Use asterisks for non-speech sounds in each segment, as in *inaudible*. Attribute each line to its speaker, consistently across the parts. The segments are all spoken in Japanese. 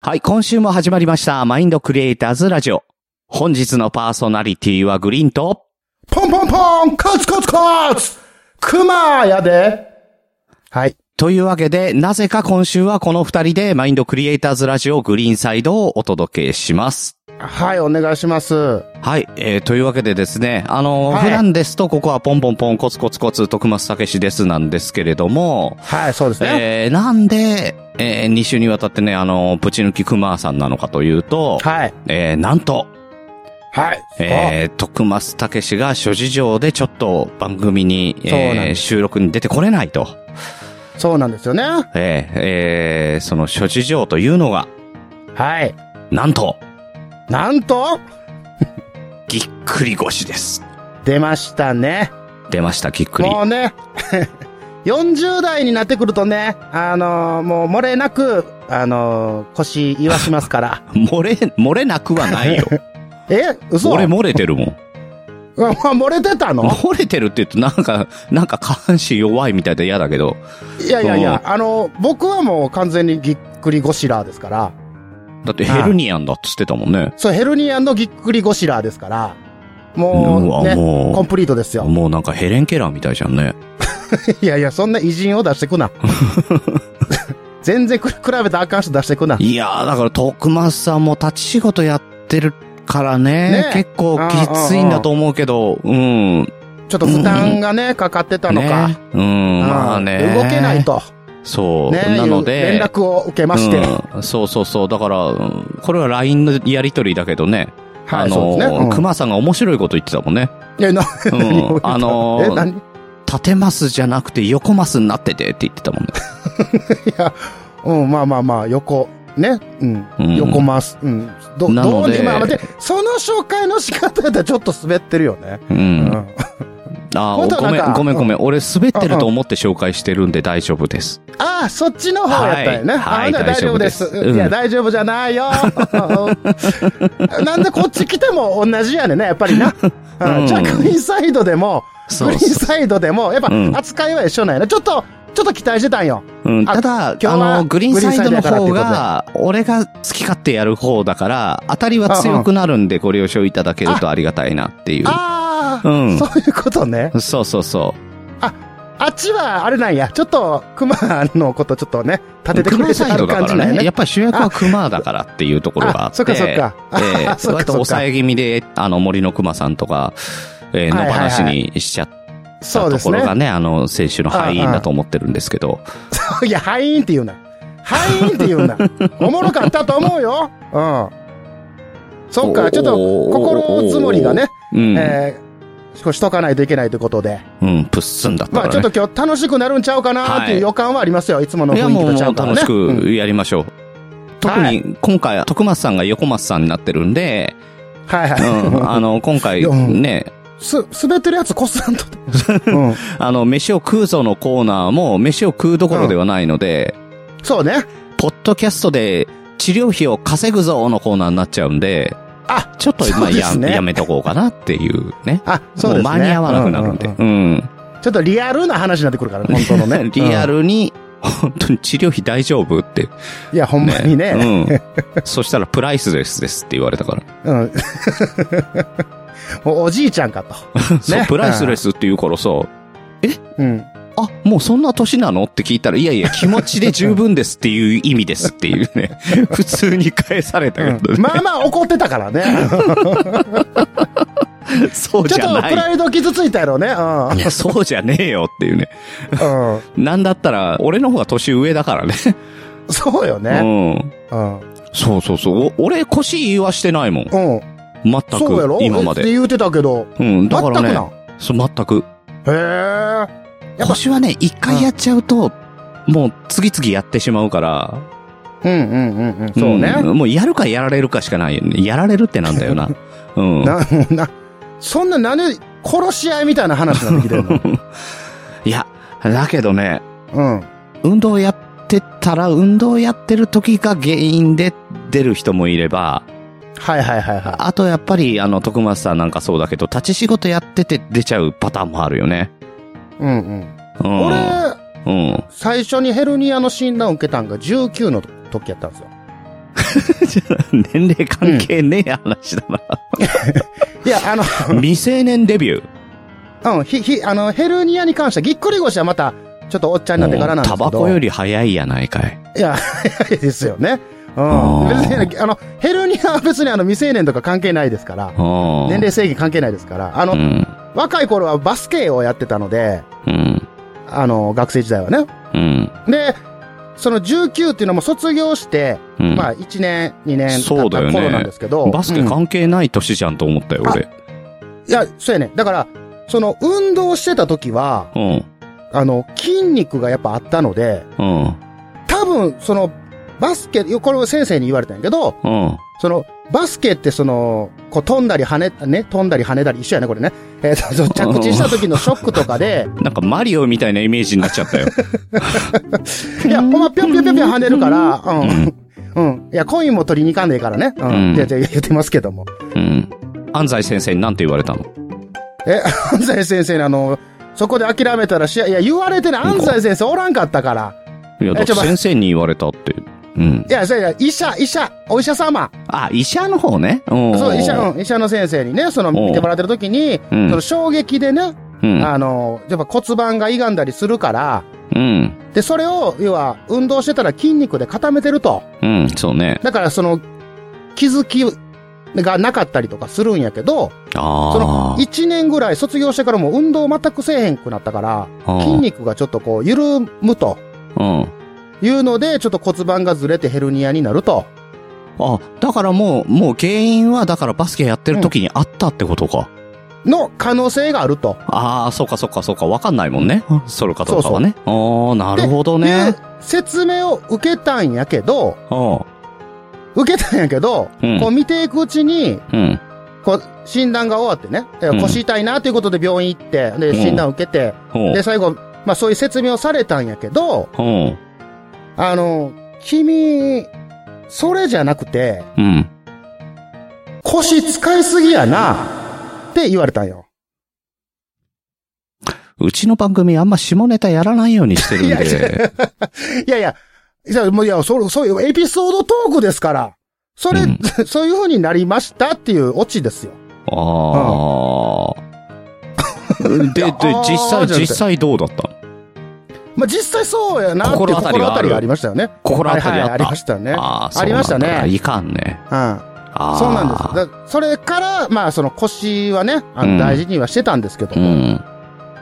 Speaker 1: はい、今週も始まりました。マインドクリエイターズラジオ。本日のパーソナリティはグリーンと、
Speaker 2: ポンポンポンコツコツコツクマやではい。
Speaker 1: というわけで、なぜか今週はこの二人でマインドクリエイターズラジオグリーンサイドをお届けします。
Speaker 2: はい、お願いします。
Speaker 1: はい、えー、というわけでですね、あのー
Speaker 2: はい
Speaker 1: 普段ですとここはポンポンポンコツコツコツ徳松武史ですなんですけれども、
Speaker 2: はい、そうですね。
Speaker 1: えー、なんで、えー、2週にわたってね、あのー、ぶち抜きクマさんなのかというと、
Speaker 2: はい。
Speaker 1: えー、なんと、
Speaker 2: はい。
Speaker 1: えー、徳松武史が諸事情でちょっと番組に、
Speaker 2: そうなん
Speaker 1: えー、
Speaker 2: です
Speaker 1: 収録に出てこれないと、
Speaker 2: あそうなんですよね。
Speaker 1: えー、えー、その諸事情というのが、
Speaker 2: はい。
Speaker 1: なんと、
Speaker 2: なんと、
Speaker 1: ぎっくり腰です。
Speaker 2: 出ましたね。
Speaker 1: 出ました、ぎっくり。
Speaker 2: もうね、40代になってくるとね、あのーもう漏れなく、あのー腰言わします *laughs* から。
Speaker 1: 漏れ、漏れなくはないよ。
Speaker 2: *laughs* え嘘
Speaker 1: 俺漏れてるもん。
Speaker 2: うん *laughs* 漏れてたの
Speaker 1: 漏れてるって言うとなんか、なんか下半身弱いみたいで嫌だけど。
Speaker 2: いやいやいうや、あのー僕はもう完全にぎっくりゴシラーですから。
Speaker 1: だってヘルニアンだっつってたもんね。
Speaker 2: そう、ヘルニアのぎっくりゴシラーですから、
Speaker 1: うわ
Speaker 2: もう、ね、
Speaker 1: もう
Speaker 2: コンプリートですよ。
Speaker 1: もうなんかヘレン・ケラーみたいじゃんね。
Speaker 2: いやいや、そんな偉人を出して
Speaker 1: *laughs*
Speaker 2: くな。全然く比べたらあかん人出してくな。
Speaker 1: *laughs* いやー、だから徳松さんも立ち仕事やってるからね。
Speaker 2: ね
Speaker 1: 結構きついんだと思うけど、うん。
Speaker 2: ちょっと負担がね、かかってたのか。
Speaker 1: ねうん、まあね。
Speaker 2: 動けない。と、
Speaker 1: そう。
Speaker 2: ね、
Speaker 1: なので。
Speaker 2: いう連絡を受けまして。
Speaker 1: うん、そうそうそう。だから、うんこれは LINE のやりとりだけどね。
Speaker 2: は
Speaker 1: あ
Speaker 2: い、そ
Speaker 1: の
Speaker 2: うですね。うん
Speaker 1: 熊さんが面白いこと言ってたもんね。
Speaker 2: いや、な、
Speaker 1: うん
Speaker 2: 何を言ってた
Speaker 1: あのー
Speaker 2: え、何い
Speaker 1: 縦マスじゃなくて横マスになっててって言ってた
Speaker 2: *laughs*
Speaker 1: もんね。
Speaker 2: や、うん、まあまあまあ、横、ね、うん、
Speaker 1: うん
Speaker 2: 横回す。うん、ど、
Speaker 1: な
Speaker 2: ど
Speaker 1: の
Speaker 2: う
Speaker 1: で
Speaker 2: に、まあ、待って、その紹介の仕方やったらちょっと滑ってるよね。
Speaker 1: う。
Speaker 2: うんん
Speaker 1: あー
Speaker 2: 本当は
Speaker 1: ごめ
Speaker 2: なん
Speaker 1: ん、
Speaker 2: か
Speaker 1: ごめん、ごめん。俺滑ってると思って紹介してるんで大丈夫
Speaker 2: *laughs*
Speaker 1: です。
Speaker 2: ああ、そっちの方やったよね。
Speaker 1: はいはい
Speaker 2: あじゃ
Speaker 1: 大
Speaker 2: あ大
Speaker 1: 丈
Speaker 2: 丈
Speaker 1: 夫
Speaker 2: 夫
Speaker 1: で
Speaker 2: ですす。
Speaker 1: うん
Speaker 2: いや、大丈夫じゃないよ。 *laughs* なんでこっち来ても同じやねんな、やっぱ
Speaker 1: *laughs*
Speaker 2: りな。
Speaker 1: ん
Speaker 2: うんじゃあ、グリーンサイドでも、
Speaker 1: そ
Speaker 2: グ
Speaker 1: う
Speaker 2: リーン
Speaker 1: そう。
Speaker 2: サイドでも、やっぱ
Speaker 1: うん
Speaker 2: 扱いは一緒なんやな。ちょっと、ちょっと期待してたんよ。
Speaker 1: うん、
Speaker 2: あ
Speaker 1: ただ、
Speaker 2: 日
Speaker 1: あ
Speaker 2: は
Speaker 1: の、グリーンサイドの方
Speaker 2: グリーンサイドや
Speaker 1: が、俺が好き勝手やる方だから、当たりは強くなるんでご了承いただけるとありがたいなっていう。
Speaker 2: ああ、
Speaker 1: うん
Speaker 2: そういうことね。
Speaker 1: そうそうそ
Speaker 2: あっちは、あれなんや。ちょっと、熊のことちょっとね、
Speaker 1: う。
Speaker 2: 立ててく
Speaker 1: 熊
Speaker 2: れて
Speaker 1: サ
Speaker 2: あ
Speaker 1: イド
Speaker 2: る
Speaker 1: だ
Speaker 2: 感
Speaker 1: か
Speaker 2: じなん
Speaker 1: ら
Speaker 2: や
Speaker 1: ね。や
Speaker 2: ね。
Speaker 1: っぱり主役は熊だからっていうところがあっ
Speaker 2: あ、
Speaker 1: て。
Speaker 2: そっかそっか。あ
Speaker 1: ええ割
Speaker 2: *laughs* そっか
Speaker 1: と
Speaker 2: そっ
Speaker 1: 抑
Speaker 2: か。
Speaker 1: え気味で、あの、森の熊さんとか、えー、の
Speaker 2: はいはいはい
Speaker 1: 話にしちゃっ
Speaker 2: そ
Speaker 1: た
Speaker 2: う
Speaker 1: と
Speaker 2: です
Speaker 1: ころ
Speaker 2: ね
Speaker 1: が。ね、あの、選手の敗因だと思ってるんですけど。
Speaker 2: *laughs* いや、ハイーンって言うな。ハイーンって言うな。おもろかったと思うよ。うん。そっ
Speaker 1: お
Speaker 2: か、
Speaker 1: ー
Speaker 2: ちょっと、心積もりがね、
Speaker 1: うん。
Speaker 2: えー、少しとかないといけないということで。
Speaker 1: うん、プッスンだった
Speaker 2: ま
Speaker 1: か
Speaker 2: あ、ち
Speaker 1: ら
Speaker 2: ょっ
Speaker 1: ね
Speaker 2: と。今日楽しくなるんちゃうかなっていう予感はありますよ。いつもの
Speaker 1: いや、
Speaker 2: 雰囲気
Speaker 1: もう、
Speaker 2: とちゃ
Speaker 1: もう
Speaker 2: うから
Speaker 1: 楽
Speaker 2: ね。
Speaker 1: し
Speaker 2: うん
Speaker 1: くやりましょう。特に、今回、徳松さんが横松さんになってるんで、
Speaker 2: はい *laughs*
Speaker 1: うん、あ
Speaker 2: は
Speaker 1: の、今回、
Speaker 2: うん
Speaker 1: ね、
Speaker 2: い。す、滑ってるやつこすらんと。
Speaker 1: *laughs*
Speaker 2: うん。
Speaker 1: あの、飯を食うぞのコーナーも、飯を食うどころではないので、
Speaker 2: そうね。
Speaker 1: ポッドキャストで治療費を稼ぐぞのコーナーになっちゃうんで、
Speaker 2: あ、
Speaker 1: ちょっと、ま
Speaker 2: そ
Speaker 1: あ、
Speaker 2: うで
Speaker 1: や、
Speaker 2: すね
Speaker 1: やめとこうかなっていうね。
Speaker 2: あ、そうですね。
Speaker 1: も間に合わなくなるんで。
Speaker 2: う
Speaker 1: う
Speaker 2: うんうんちょっとリアルな話になってくるから、本当のね。
Speaker 1: *laughs* リアルに、本当に治療費大丈夫って。
Speaker 2: うん。いや、ほんまにね。
Speaker 1: うん。そしたらプライスレスですって言われたから。
Speaker 2: うん。 *laughs* もうおじいちゃんかと。
Speaker 1: そう、プライスレスって言うからさ、
Speaker 2: うん。
Speaker 1: あ、もうそんな歳なのって聞いたら、いやいや、気持ちで十分ですっていう意味ですっていうね。普通に返されたけどね。
Speaker 2: まあまあ怒ってたからね。
Speaker 1: *laughs* そう
Speaker 2: ちょ
Speaker 1: じ
Speaker 2: っ
Speaker 1: ゃ
Speaker 2: と
Speaker 1: な
Speaker 2: プ
Speaker 1: い。
Speaker 2: ライド傷ついたやろうね。
Speaker 1: いや、そうじゃねえよっていうね。
Speaker 2: うん。うん。
Speaker 1: なんだったら、俺の方が年上だからね。
Speaker 2: そうよね。
Speaker 1: うん。
Speaker 2: うん。
Speaker 1: そうそうそう。お俺、腰言わしてないもん。
Speaker 2: うん。
Speaker 1: 全
Speaker 2: そうやろ
Speaker 1: く、今ま
Speaker 2: って
Speaker 1: で。
Speaker 2: 言うてたけど。
Speaker 1: うん、だから
Speaker 2: 全く
Speaker 1: ね
Speaker 2: な。ん。
Speaker 1: そう、全く。
Speaker 2: へえ。やっぱ
Speaker 1: 腰はね、一回やっちゃうと、もう次々やってしまうから。
Speaker 2: うんうんうんうん。そうね。
Speaker 1: んもうやるかやられるかしかないよね。やられるってなんだよ
Speaker 2: *laughs*
Speaker 1: な。うん。
Speaker 2: な、な、そんななんで殺し合いみたいな話になってきてるの
Speaker 1: *laughs* いや、だけどね、
Speaker 2: うん。
Speaker 1: 運動やってたら、運動やってる時が原因で出る人もいれば、
Speaker 2: はいはいはいは
Speaker 1: あとやっぱり、あの、徳松さんなんかそうだけど、立ち仕事やってて出ちゃうパターンもあるよね。
Speaker 2: い。うんうん。
Speaker 1: うん。
Speaker 2: 俺、
Speaker 1: うん。
Speaker 2: *laughs* 最初にヘルニアの診断を受けたんが19の時やったんですよ。
Speaker 1: 年齢関係ねえ話だな。
Speaker 2: いや、あの、 *laughs*
Speaker 1: 未成年デビュー。
Speaker 2: うん、ひ、ひ、あの、ヘルニアに関しては、ぎっくり腰はまた、ちょっとおっちゃんになってからなんです
Speaker 1: タ
Speaker 2: けど。
Speaker 1: バコより早いやないかい。
Speaker 2: いや、早いですよね。う
Speaker 1: あ
Speaker 2: ん。別
Speaker 1: ー
Speaker 2: に、あの、ヘルニアは別にあの、未成年とか関係ないですから、
Speaker 1: 年
Speaker 2: 年齢制限関係ないですから、あ
Speaker 1: う
Speaker 2: の、
Speaker 1: ん。
Speaker 2: 若い頃はバスケをやってたので、
Speaker 1: うん。
Speaker 2: あの、学生時代はね。
Speaker 1: うん。
Speaker 2: で、その19っていうのも卒業して、
Speaker 1: うん。
Speaker 2: まあ1年、2年経
Speaker 1: そ
Speaker 2: っ
Speaker 1: うだ
Speaker 2: た
Speaker 1: よね
Speaker 2: 頃なんですけど。
Speaker 1: バスケ
Speaker 2: うん
Speaker 1: 関係ない年じゃんと思ったよ、俺。
Speaker 2: いや、そうやね。だから、その運動してた時は、
Speaker 1: うん。
Speaker 2: あの、筋肉がやっぱあったので、
Speaker 1: うん。
Speaker 2: 多分、その、バスケ、これを先生に言われたんやけど、
Speaker 1: うん。
Speaker 2: その、バスケってその、こう飛んだり跳ね、ね、飛んだり跳ねたり、一緒やね、これね。えーとそう、着地した時のショックとかで、
Speaker 1: なんかマリオみたいなイメージになっちゃ *laughs* ったよ。
Speaker 2: いや、ほんまぴょんぴょんぴょんぴょん跳ねるから、
Speaker 1: う
Speaker 2: うん。うん。いや、コインも取りに行かんでいいからね。う。
Speaker 1: うんん
Speaker 2: って言ってますけども。 *laughs*
Speaker 1: うん。安西先生に何て言われたの
Speaker 2: え、安西先生にあの、そこで諦めたら試合、いや、言われてない。安西先生おらんかったから。
Speaker 1: いや、だ
Speaker 2: え
Speaker 1: って
Speaker 2: ちょ待
Speaker 1: 先生に言われたって。うん
Speaker 2: い。や、そうや、医者、医者、お医者様。
Speaker 1: あ、医者の方ね。
Speaker 2: そう、医者、
Speaker 1: の。
Speaker 2: うん、医者の先生にね、その、
Speaker 1: おう
Speaker 2: 見てもらってる時に、
Speaker 1: う
Speaker 2: その
Speaker 1: ん。
Speaker 2: 衝撃でね、
Speaker 1: うん。
Speaker 2: あの、やっぱ骨盤が歪んだりするから、
Speaker 1: うん。
Speaker 2: で、それを、要は、運動してたら筋肉で固めてると。
Speaker 1: うん。そうね。
Speaker 2: だから、その、気づきがなかったりとかするんやけど、そ
Speaker 1: あ
Speaker 2: の、1年ぐらい卒業してからも運動全くせえへんくなったから、
Speaker 1: あ。
Speaker 2: 筋肉がちょっとこう、緩むと
Speaker 1: うん。うん。
Speaker 2: いうので、ちょっと骨盤がずれてヘルニアになると。
Speaker 1: あ、だからもう、もう原因は、だからバスケやってる時にあったってことか。
Speaker 2: の可能性があると。
Speaker 1: ああ、そうかそうかそうか。わかんないもんね。それかどうかはね。ああ、なるほど
Speaker 2: いう
Speaker 1: ね。
Speaker 2: 説明を受けたんやけど、
Speaker 1: あ
Speaker 2: 受けたんやけど、
Speaker 1: うん
Speaker 2: こう見ていくうちに、
Speaker 1: あ、うん。
Speaker 2: こう、診断が終わってね、え
Speaker 1: うん
Speaker 2: 腰痛いなということで病院行って、
Speaker 1: う
Speaker 2: で、
Speaker 1: ん
Speaker 2: 診断を受けて、
Speaker 1: ほう
Speaker 2: で、最後、まあそういう説明をされたんやけど、
Speaker 1: ほう。
Speaker 2: あの、君、それじゃなくて、
Speaker 1: うん。
Speaker 2: 腰使いすぎやな、って言われたんよ。
Speaker 1: うちの番組あんま下ネタやらないようにしてるんで。
Speaker 2: いやいや、じゃあもういや、そう、そういうエピソードトークですから、それ、
Speaker 1: うん
Speaker 2: *laughs* そういう風になりましたっていうオチですよ。
Speaker 1: ああ。で、
Speaker 2: い
Speaker 1: で
Speaker 2: やあ、ー
Speaker 1: 実際、
Speaker 2: じゃなくて
Speaker 1: 実際どうだったの
Speaker 2: まあ実際そうやなって
Speaker 1: 心当たりがある
Speaker 2: 心当たりがありましたよね。
Speaker 1: 心当たりあ
Speaker 2: はいはいあ
Speaker 1: っ
Speaker 2: り
Speaker 1: た。
Speaker 2: ましたね。
Speaker 1: あー
Speaker 2: ありましたね
Speaker 1: そうなんだいかんね。
Speaker 2: うん。
Speaker 1: ああ。
Speaker 2: そうなんです。だからそれから、まあ、その腰はね、あ
Speaker 1: う
Speaker 2: の
Speaker 1: ん
Speaker 2: 大事にはしてたんですけど
Speaker 1: う
Speaker 2: も、
Speaker 1: ん。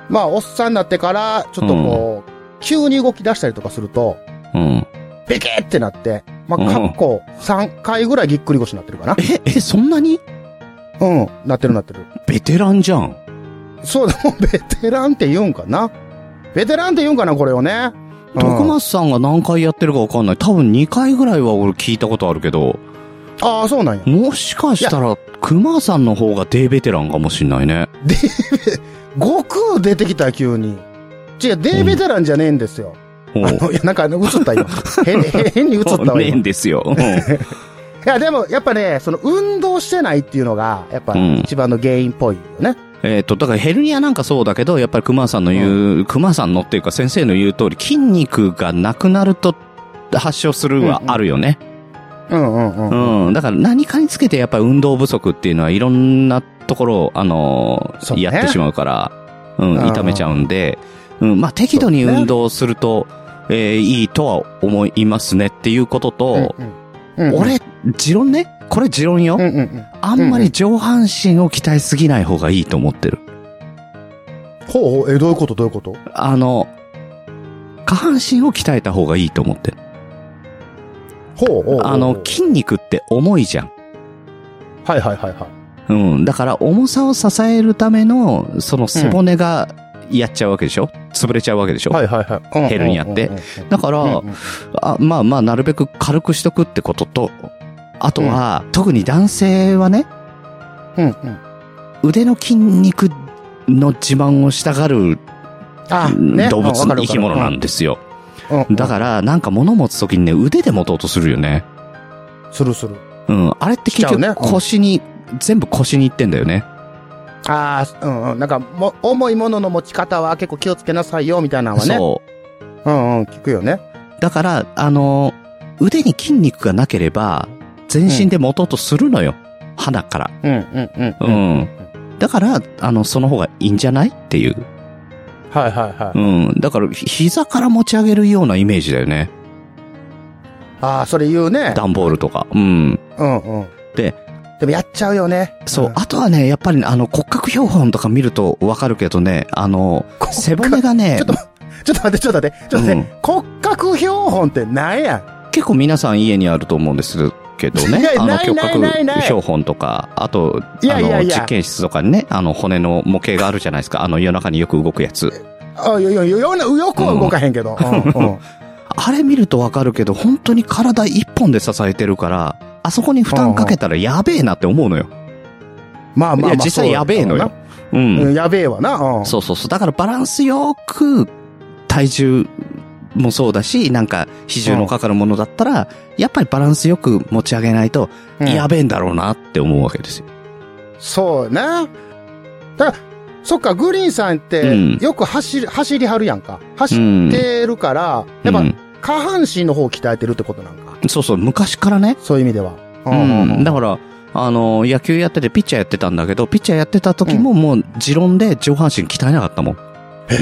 Speaker 2: まあ、おっさんになってから、ちょっとこう、急に動き出したりとかすると、
Speaker 1: うん。
Speaker 2: ビキってなって、ま
Speaker 1: う
Speaker 2: あ、
Speaker 1: ん
Speaker 2: かっこ3回ぐらいぎっくり腰になってるかな。
Speaker 1: え、え、そんなに
Speaker 2: うん、なってるなってる。
Speaker 1: ベテランじゃん。
Speaker 2: そうだ、もうベテランって言うんかな。ベテランって言うんかな、これをね。うん
Speaker 1: 徳松さんが何回やってるか分かんない。多分2回ぐらいは俺聞いたことあるけど、
Speaker 2: ああ、そうなんや。
Speaker 1: もしかしたら、熊さんの方がデーベテランかもしんない
Speaker 2: *laughs*
Speaker 1: ね。
Speaker 2: 悟空出てきた、急に。違う、デーベテランじゃねえんですよ。
Speaker 1: お
Speaker 2: あの、いや、なんか、あの映っ
Speaker 1: *laughs*
Speaker 2: たよ。変に、変に映った
Speaker 1: う。*laughs*
Speaker 2: わ
Speaker 1: ねえ
Speaker 2: よ
Speaker 1: ん。ですよ。うん
Speaker 2: いや、でも、やっぱね、その、運動してないっていうのが、やっぱ、
Speaker 1: うん
Speaker 2: 一番の原因っぽいよね。
Speaker 1: えっと、だからヘルニアなんかそうだけど、やっぱり熊さんの言う、熊さんのっていうか先生の言う通り、筋肉がなくなると発症するはあるよね。
Speaker 2: うんうんうん。
Speaker 1: うん。だから何かにつけてやっぱり運動不足っていうのはいろんなところを、あのー
Speaker 2: そうね
Speaker 1: やってしまうから、う
Speaker 2: うんうん
Speaker 1: ん、痛めちゃうんで、うん、まあ適度に運動すると、えーいいとは思いますねっていうことと、
Speaker 2: うんうん、
Speaker 1: 俺、持論ねこれ持論よ、
Speaker 2: うんうんうん。
Speaker 1: あんまり上半身を鍛えすぎない方がいいと思ってる。
Speaker 2: ほうほう、え、どういうことどういうこと
Speaker 1: あの、下半身を鍛えた方がいいと思ってる。
Speaker 2: ほうほうほう。
Speaker 1: あの、筋肉って重いじゃん。
Speaker 2: はいはいはいはい。
Speaker 1: うん。だから、重さを支えるための、その背骨がやっちゃうわけでしょ、潰れちゃうわけでしょ、
Speaker 2: はいはいはい。
Speaker 1: ヘルニアって
Speaker 2: うんうんうん
Speaker 1: だから、
Speaker 2: うんうん
Speaker 1: あ、まあまあ、なるべく軽くしとくってことと、あとは、特に男性はね、
Speaker 2: うんうん。
Speaker 1: 腕の筋肉の自慢をしたがる
Speaker 2: あ、ね。
Speaker 1: 動物、
Speaker 2: うんわかる
Speaker 1: 生き物なん
Speaker 2: わ
Speaker 1: ですよ。
Speaker 2: かるうん。
Speaker 1: だから、なんか物持つときにね、腕で持とうとするよね。
Speaker 2: ら、するする。
Speaker 1: うん。あれって結
Speaker 2: しちゃうね
Speaker 1: 局
Speaker 2: うん
Speaker 1: 腰に、全部腰にいってんだよね。
Speaker 2: ああ、うんうん。なんか、も、重いものの持ち方は結構気をつけなさいよ、みたいなのはね。
Speaker 1: そう。
Speaker 2: うんうん、聞くよね。
Speaker 1: だから、あの、腕に筋肉がなければ、全身で持とうとするのよ。鼻から。
Speaker 2: うん、うん、うん。
Speaker 1: う。ん。だから、あの、その方がいいんじゃないっていう。
Speaker 2: はい、はい、は
Speaker 1: う
Speaker 2: い。
Speaker 1: ん。だから、ひ膝から持ち上げるようなイメージだよね。
Speaker 2: ああ、それ言うね。
Speaker 1: 段ボールとか。うん。
Speaker 2: うん、うん。
Speaker 1: で、
Speaker 2: でもやっちゃうよね。
Speaker 1: そう。
Speaker 2: ん
Speaker 1: あとはね、やっぱりね、あの、骨格標本とか見るとわかるけどね、あの、
Speaker 2: 格
Speaker 1: 背骨がね
Speaker 2: *laughs* ちょっ、と待って、ちょっと待って、ちょっと待って、ちょっと待って、骨格標本ってなんや
Speaker 1: 結構皆さん家にあると思うんですけど
Speaker 2: *laughs* い
Speaker 1: ね
Speaker 2: や。
Speaker 1: あの、
Speaker 2: ない
Speaker 1: 骨
Speaker 2: ないないな
Speaker 1: 格
Speaker 2: い
Speaker 1: 標本とか、あと、
Speaker 2: いや
Speaker 1: あ
Speaker 2: いや
Speaker 1: の、
Speaker 2: いや
Speaker 1: 実験室とかにね、あの、骨の模型があるじゃないですか。あの、夜中によく動くやつ。
Speaker 2: あ、よ、よ、よ、よ、よくは動かへん
Speaker 1: *laughs*
Speaker 2: けど。うんうん
Speaker 1: あれ見るとわかるけど、本当に体一本で支えてるから、あそこに負担かけたらやべえなって思うのよ。
Speaker 2: まあまあまあ
Speaker 1: いや、実際やべえのよ。。う。
Speaker 2: そうだろうんなやべえわな。うん
Speaker 1: そうそうそう。だからバランスよく、体重もそうだし、なんか、比重のかかるものだったら、やっぱりバランスよく持ち上げないと、
Speaker 2: うん
Speaker 1: やべえんだろうなって思うわけですよ。
Speaker 2: そうな。だからそっか、グリーンさ
Speaker 1: う
Speaker 2: んっ
Speaker 1: ん
Speaker 2: て、よく走る、走りはるやんか。走
Speaker 1: うん
Speaker 2: ってるから、
Speaker 1: う
Speaker 2: やっ
Speaker 1: ん
Speaker 2: ぱ、下半身の方を鍛えてるってことなんか。
Speaker 1: そうそう、昔からね。
Speaker 2: そういう意味では。う
Speaker 1: うん。だから、あの、野球やっててピッチャーやってたんだけど、ピッチャーやってた時ももう、持論で上半身鍛えなかったもん。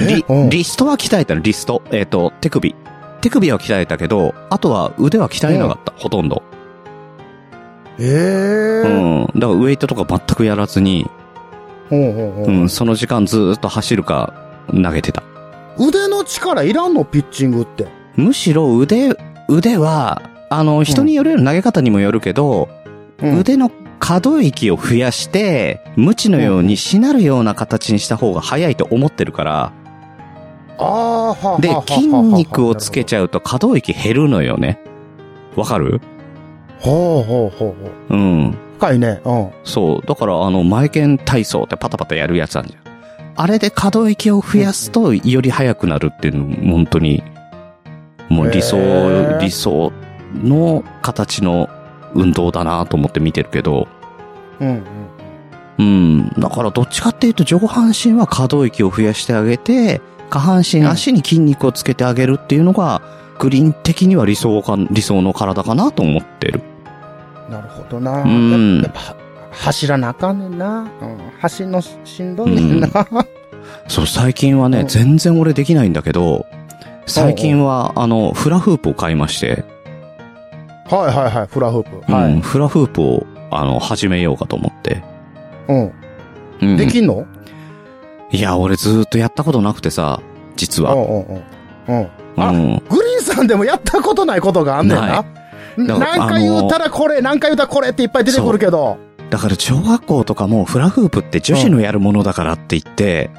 Speaker 1: リ
Speaker 2: うん
Speaker 1: リストは鍛えたの、リスト。えっ、と、手首。手首は鍛えたけど、あとは腕は鍛えなかった、ほとんど。
Speaker 2: ええ
Speaker 1: う
Speaker 2: ー。
Speaker 1: ん。だからウエイトとか全くやらずに、
Speaker 2: うんうんう
Speaker 1: うんん、その時間ずーっと走るか投げてた。
Speaker 2: 腕の力いらんの、ピッチングって。
Speaker 1: むしろ腕、腕は、あの、人による、投げ方にもよるけど、
Speaker 2: うん
Speaker 1: 腕の可動域を増やして、無知のようにしなるような形にした方が早いと思ってるから、
Speaker 2: ああ、はあはあ
Speaker 1: で
Speaker 2: はあは、あ
Speaker 1: 筋肉をつけちゃうと可動域減るのよね。わかる
Speaker 2: ほうほうほう
Speaker 1: う
Speaker 2: ほう。
Speaker 1: ん。
Speaker 2: 深いね。うん。
Speaker 1: そう。だから、あの、前剣体操ってパタパタやるやつあるじゃん。あれで可動域を増やすと、より速くなるっていうの、本当に、もう理想、
Speaker 2: へー
Speaker 1: 理想の形の運動だなと思って見てるけど、
Speaker 2: うん、
Speaker 1: う
Speaker 2: うん。
Speaker 1: ん。だから、どっちかっていうと、上半身は可動域を増やしてあげて、下半身、
Speaker 2: うん
Speaker 1: 足に筋肉をつけてあげるっていうのが、グリーン的には理想か、理想の体かなと思ってる。
Speaker 2: なるほどな。
Speaker 1: うん
Speaker 2: やっぱ、は走らなあかんねんな。うん。走んのししんどいねんな。 *laughs*
Speaker 1: そう、最近はね、
Speaker 2: うん
Speaker 1: 全然俺できないんだけど、最近は、あの、フラフープを買いまして、
Speaker 2: はいはいはい、フラフープ。は
Speaker 1: うん
Speaker 2: い。
Speaker 1: フラフープを、あの、始めようかと思って。
Speaker 2: うん。
Speaker 1: うん
Speaker 2: できんの
Speaker 1: いや、俺ずーっとやったことなくてさ、実
Speaker 2: う
Speaker 1: は。
Speaker 2: んうんうん。うん。
Speaker 1: う
Speaker 2: あ
Speaker 1: ん。
Speaker 2: グリーンさんでもやったことないことがあんねん
Speaker 1: な
Speaker 2: な。
Speaker 1: だから
Speaker 2: なんか言うたらこれ、なんか言うたらこれっていっぱい出てくるけど。
Speaker 1: だから、小学校とかもフラフープって女子のやるものだからって言って、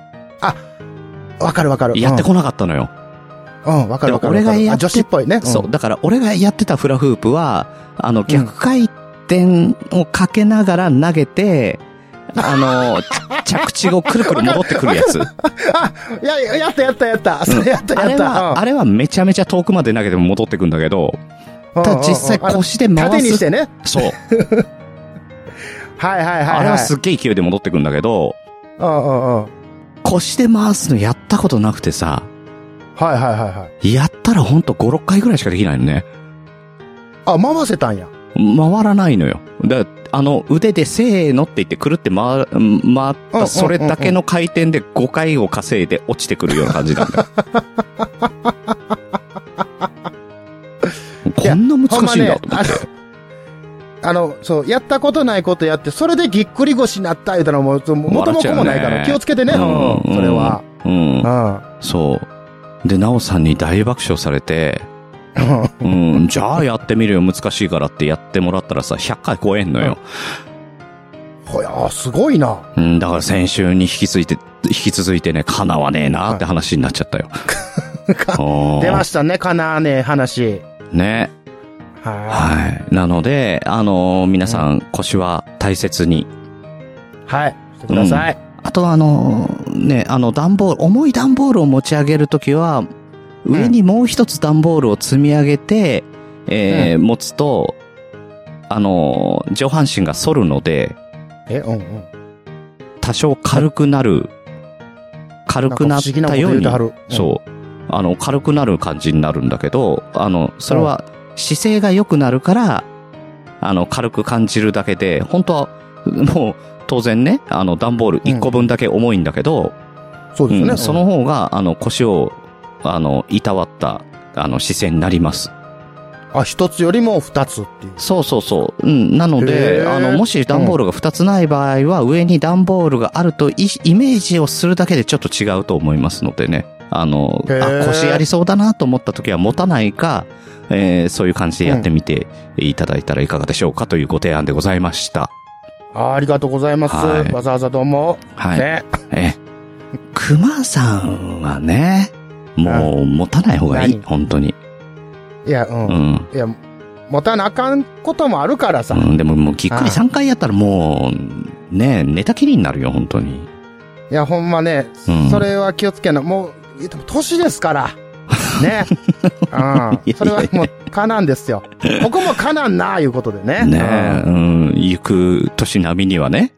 Speaker 2: わかるわかる。
Speaker 1: やってこなかったのよ。
Speaker 2: うんうん、わかるわかる。
Speaker 1: でも俺がや
Speaker 2: あ
Speaker 1: って
Speaker 2: 女子っぽいね。ん
Speaker 1: そう。。だから、俺がやってたフラフープは、あの、逆回転をかけながら投げて、あの、
Speaker 2: *laughs*
Speaker 1: 着地後くるくる戻ってくるやつ。
Speaker 2: いや、やったやったやった。それやった
Speaker 1: あ
Speaker 2: や
Speaker 1: れ
Speaker 2: っ
Speaker 1: は、
Speaker 2: た。
Speaker 1: あれはめちゃめちゃ遠くまで投げても戻ってくんだけど、
Speaker 2: うん
Speaker 1: ただ実際
Speaker 2: うんうんうんあ
Speaker 1: 腰で
Speaker 2: 縦
Speaker 1: 回
Speaker 2: にし
Speaker 1: す。
Speaker 2: てね。
Speaker 1: そう。
Speaker 2: はいはいはい、はい。
Speaker 1: あれはすっげえ勢いで戻ってくんだけど、
Speaker 2: うんうんうん。
Speaker 1: 腰で回すのやったことなくてさ、
Speaker 2: はいはいはいはい。
Speaker 1: やったらほんと5、6回ぐらいしかできないのね。
Speaker 2: あ、回せたんや。
Speaker 1: 回らないのよ。だあの、腕でせーのって言ってくるって回、うん回っ
Speaker 2: うんうんうんう
Speaker 1: た、
Speaker 2: ん
Speaker 1: それだけの回転で5回を稼いで落ちてくるような感じなんだよ。こんな難しいんだと思って。
Speaker 2: *laughs* あの、そう、やったことないことやって、それでぎっくり腰になった言うたらもう、そう元
Speaker 1: 笑っ
Speaker 2: も
Speaker 1: ちゃ
Speaker 2: 子
Speaker 1: うよね
Speaker 2: もないから、気をつけてね。う
Speaker 1: うん
Speaker 2: ん、それは。
Speaker 1: うん
Speaker 2: う。ん。 *laughs*
Speaker 1: そう。で、なおさんに大爆笑されて、うん、じゃあやってみるよ、難しいからってやってもらったらさ、100回超えんのよ。
Speaker 2: ほや、すごいな。
Speaker 1: うん、だから先週に引き続いて、引き続いてね、叶わねえなって話になっちゃった *laughs* よ。
Speaker 2: 出ま
Speaker 1: し
Speaker 2: したね、かなわねえ話。
Speaker 1: た。ね。
Speaker 2: は
Speaker 1: はい。なので、あのー皆さん、腰は大切に。
Speaker 2: い。はい。してください。
Speaker 1: あとは、あのーね、あの、段ボール、重い段ボールを持ち上げるときは、上にもう一つ段ボールを積み上げて、えー持つと、あのー上半身が反るので、
Speaker 2: え、うんうん。
Speaker 1: 多少軽くなる、軽
Speaker 2: なんか
Speaker 1: く
Speaker 2: 不
Speaker 1: なっ
Speaker 2: 思議なこ
Speaker 1: た
Speaker 2: と
Speaker 1: よう
Speaker 2: 言う
Speaker 1: に
Speaker 2: て、はる。
Speaker 1: そう、あの、軽くなる感じになるんだけど、あの、それは姿勢が良くなるから、あの、軽く感じるだけで、本当は、もう、当然ね、あの、段ボール1個分だけ重いんだけど、
Speaker 2: そうですよね。
Speaker 1: うんその方が、あの、腰を、あの、いたわった、あの、姿勢になります。
Speaker 2: あ、一つよりも二つっていう。
Speaker 1: そうそうそう。うん。なの
Speaker 2: へ
Speaker 1: で、
Speaker 2: ー
Speaker 1: あの、もし段ボールが2つない場合は、上に段ボールがあるとイ、イメージをするだけでちょっと違うと思いますのでね。あの、
Speaker 2: へー
Speaker 1: あ腰やりそうだなと思った時は持たないか、えーそういう感じでやってみていただいたらいかがでしょうかというご提案でございました。
Speaker 2: あありがとうございます。
Speaker 1: はい
Speaker 2: わざわざどうも。
Speaker 1: はい。
Speaker 2: ね。
Speaker 1: ええ。熊さんはね、もう持たない方がいい、
Speaker 2: 何
Speaker 1: 本当に。
Speaker 2: いや、うん。
Speaker 1: うん。
Speaker 2: いや、持たなあかんこともあるからさ。
Speaker 1: うん、でももうぎっく
Speaker 2: ああ
Speaker 1: り3回やったらもう、ね寝たきりになるよ、本当に。
Speaker 2: いや、ほんまね、
Speaker 1: うん
Speaker 2: それは気をつけな。もう、言っても年ですから。
Speaker 1: *laughs*
Speaker 2: ね。うん。それはもう、かなんですよ。ここもかなんな、いうことでね。
Speaker 1: ねえ、うん、行く年並みにはね。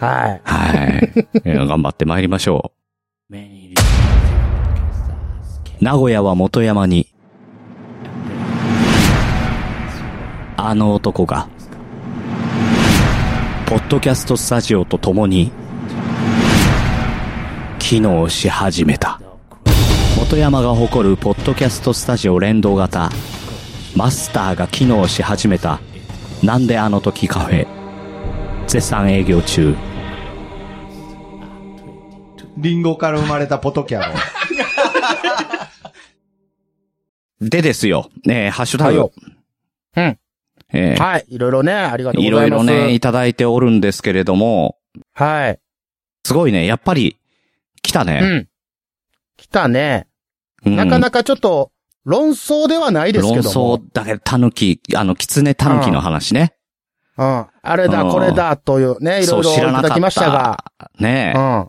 Speaker 2: うんはい。
Speaker 1: はい。 *laughs* えー頑張って参りましょう。名古屋は元山に、あの男が、ポッドキャストスタジオと共に、機能し始めた。元山が誇るポッドキャストスタジオ連動型、マスターが機能し始めた、なんであの時カフェ、絶賛営業中。
Speaker 3: リンゴから生まれたポトキャロ。
Speaker 1: でですよ、えーハッシュタ
Speaker 2: はい
Speaker 1: グ
Speaker 2: よ。うん。
Speaker 1: えー
Speaker 2: はい。いろいろね、ありがとう
Speaker 1: い
Speaker 2: ござ
Speaker 1: ろい
Speaker 2: いま
Speaker 1: ろ
Speaker 2: す。
Speaker 1: ね、いただいておるんですけれども、
Speaker 2: はい。
Speaker 1: すごいね、やっぱり、来た
Speaker 2: う
Speaker 1: ね。
Speaker 2: ん。来たね。
Speaker 1: うん
Speaker 2: なかなかちょっと、論争ではないですけども。
Speaker 1: 論争だけど、タヌキ、あの、キツネタヌキの話ね。
Speaker 2: うん。あれだ、
Speaker 1: うん
Speaker 2: これだ、というね、い
Speaker 1: そ
Speaker 2: ろ
Speaker 1: う、
Speaker 2: いろい
Speaker 1: 知ら
Speaker 2: た
Speaker 1: な
Speaker 2: だ
Speaker 1: か
Speaker 2: き
Speaker 1: っ
Speaker 2: ましたが。
Speaker 1: た。ね
Speaker 2: うん。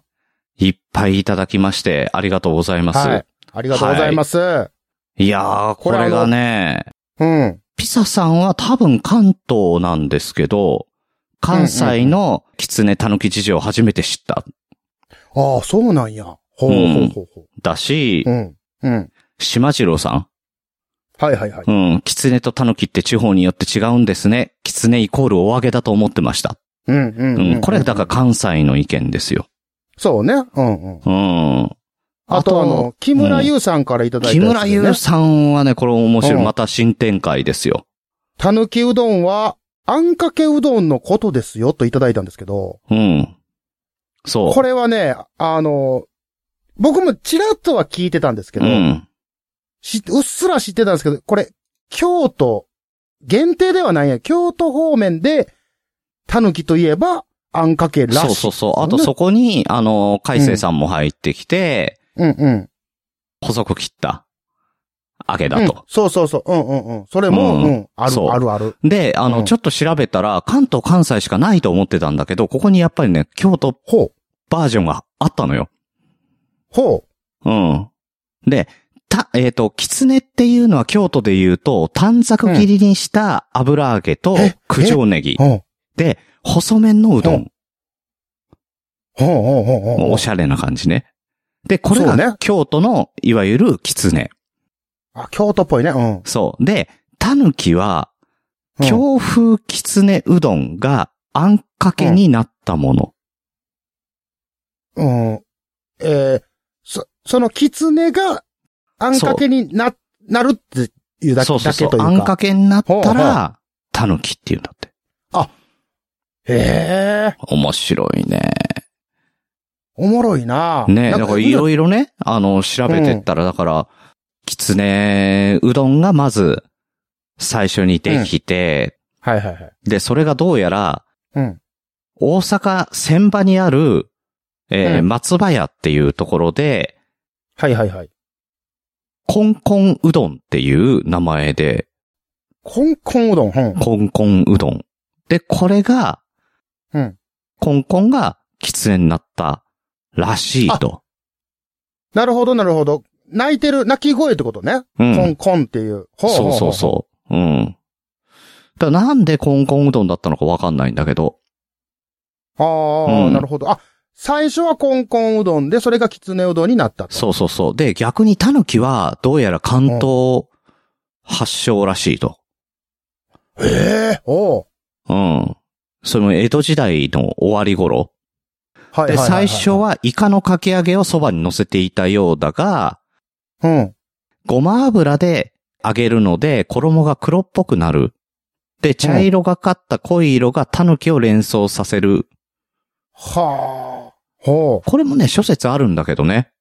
Speaker 1: いっぱいいただきまして、ありがとうございます。
Speaker 2: はい。ありがとうございます。
Speaker 1: い、やー、これがね、
Speaker 2: うん。
Speaker 1: ピサさんは多分関東なんですけど、関西のキツネタヌキ事情を初めて知った。
Speaker 2: ああ、そうなんや。ほうほうほうほ
Speaker 1: だし
Speaker 2: う。う、ん。うん。
Speaker 1: 島次郎さん
Speaker 2: はいはいはい。
Speaker 1: うん、キツネとタヌキって地方によって違うんですね。キツネイコールお揚げだと思ってました。
Speaker 2: うんうん
Speaker 1: う、
Speaker 2: うんん。
Speaker 1: これだから関西の意見ですよ。
Speaker 2: そうね。うんうん。
Speaker 1: うん。
Speaker 2: あとあの、木村
Speaker 1: うん
Speaker 2: 優さんからいただい
Speaker 1: 木
Speaker 2: たやつ
Speaker 1: 村
Speaker 2: でね、
Speaker 1: 優さんはね、これ面白
Speaker 2: うん
Speaker 1: い。また新展開ですよ。
Speaker 2: たぬきうどんは、あんかけうどんのことですよ、といただいたんですけど、
Speaker 1: うん。そう。
Speaker 2: これはね、あの、僕もちらっとは聞いてたんですけど、
Speaker 1: うん。
Speaker 2: しうっすら知ってたんですけど、これ、京都、限定ではないんや。京都方面で、たぬきといえば、あんかけらしい。
Speaker 1: そうそうそう。あとそこに、あの、海星さんも入ってきて、
Speaker 2: うんうん。
Speaker 1: 細く切った揚げ
Speaker 2: う
Speaker 1: だ
Speaker 2: ん
Speaker 1: と。
Speaker 2: そうそうそう。うんうんうん。それも、う、
Speaker 1: うんん
Speaker 2: ある
Speaker 1: そう
Speaker 2: あるある。
Speaker 1: で、あの、
Speaker 2: うん
Speaker 1: ちょっと調べたら、関東関西しかないと思ってたんだけど、ここにやっぱりね、京都
Speaker 2: ほう。
Speaker 1: バージョンがあったのよ。
Speaker 2: ほ
Speaker 1: うん。で、た、えっ、と、キツネっていうのは京都で言うと、短冊切りにした油揚げと
Speaker 2: うんえ
Speaker 1: 九条ネギ
Speaker 2: う。。ほう。
Speaker 1: で、細麺のうどん。
Speaker 2: ほうほうほうほうほう。
Speaker 1: おしゃれな感じね。で、これ
Speaker 2: そうね
Speaker 1: が京都の、いわゆるキツネ。
Speaker 2: あ、京都っぽいね。うん。
Speaker 1: そう。で、タヌキは、
Speaker 2: うん
Speaker 1: 京風キツネうどんがあんかけになったもの。
Speaker 2: うん。えーそ、その狐が、あんかけにな、なるっていうだけ
Speaker 1: そうそうそ
Speaker 2: だけ
Speaker 1: う。
Speaker 2: と
Speaker 1: あ
Speaker 2: いうんか。
Speaker 1: かけになった
Speaker 2: ほうほ
Speaker 1: ら、タヌキっていうんだって。
Speaker 2: へえ、
Speaker 1: 面白いね。
Speaker 2: おもろいな
Speaker 1: ねえ、だからいろ
Speaker 2: い
Speaker 1: いろね、あの、調べてったら、だから、きつねうどんがまず、最初にできて、
Speaker 2: はいはいはい。
Speaker 1: で、それがどうやら、
Speaker 2: うん。
Speaker 1: 大阪千場にある、えー
Speaker 2: うん
Speaker 1: 松葉屋っていうところで、
Speaker 2: はいはいはい。
Speaker 1: コンコンうどんっていう名前で、
Speaker 2: コンコンうどん。うん。
Speaker 1: コンコンうどん。で、これが、
Speaker 2: うん
Speaker 1: コンコンがきつねになったらしいと。
Speaker 2: なるほどなるほど。泣いてる、泣き声ってことね。
Speaker 1: う
Speaker 2: コ
Speaker 1: ん。
Speaker 2: ンコンっていう。ほほ
Speaker 1: そう
Speaker 2: ほ
Speaker 1: そうそう。うん。だからなんでコンコンうどんだったのかわかんないんだけど。
Speaker 2: ああ、
Speaker 1: うん
Speaker 2: なるほど。あ、最初はコンコンうどんで、それがきつねうどんになったと。
Speaker 1: そうそうそう。で、逆にタヌキはどうやら関東発祥らしいと。
Speaker 2: ええおう
Speaker 1: うん。それも江戸時代の終わり頃。
Speaker 2: はい
Speaker 1: で、
Speaker 2: はいはいは
Speaker 1: 最
Speaker 2: い
Speaker 1: 初、はイカのかき揚げをそばに乗せていたようだが、
Speaker 2: うん。
Speaker 1: ごま油で揚げるので衣が黒っぽくなる。で、茶色がかった濃い色がタヌキを連想させる。
Speaker 2: はあ。ほ
Speaker 1: これもね、諸説あるんだけどね。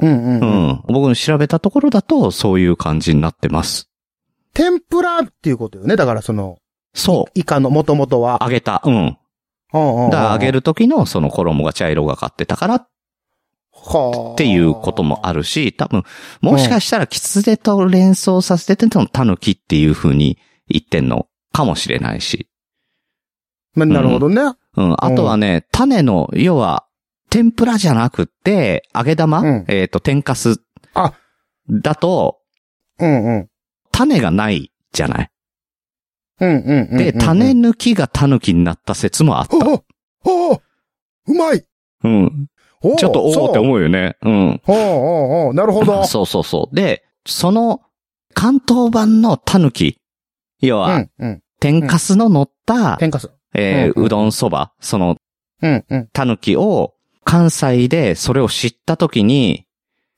Speaker 2: う。うんうん。
Speaker 1: う
Speaker 2: うん、
Speaker 1: ん。僕の調べたところだと、そういう感じになってます。
Speaker 2: 天ぷらっていうことよね。だからその、
Speaker 1: そう。
Speaker 2: イカの元々は。
Speaker 1: 揚げた。うん。
Speaker 2: うんうんうん
Speaker 1: だから揚げる時のその衣が茶色がかってたからっ
Speaker 2: はあ。
Speaker 1: ていうこともあるし、多分、もしかしたらキツネと連想させててのタヌキっていう風に言ってんのかもしれないし。
Speaker 2: まあなるほどね。
Speaker 1: うん。あとはね、種の、要は、天ぷらじゃなくて、揚げ玉、
Speaker 2: うん
Speaker 1: えっ、と、天かす。
Speaker 2: あ
Speaker 1: だと、
Speaker 2: うんうん。
Speaker 1: 種がないじゃない。
Speaker 2: うんうんうんうん。
Speaker 1: で、種抜きがタヌキになった説もあった。
Speaker 2: おおおうまい
Speaker 1: うん。
Speaker 2: お
Speaker 1: ちょっと、おおって
Speaker 2: う。
Speaker 1: 思うよね。うん。
Speaker 2: そうおうおうおうなるほど。
Speaker 1: *laughs* そうそうそう。で、その、関東版のタヌキ。要
Speaker 2: う
Speaker 1: は、
Speaker 2: んうん。
Speaker 1: 天かすの乗った、
Speaker 2: 天かす。
Speaker 1: えー
Speaker 2: うんうん
Speaker 1: うどんそば、その、
Speaker 2: うんうん。
Speaker 1: タヌキを、関西でそれを知った時に、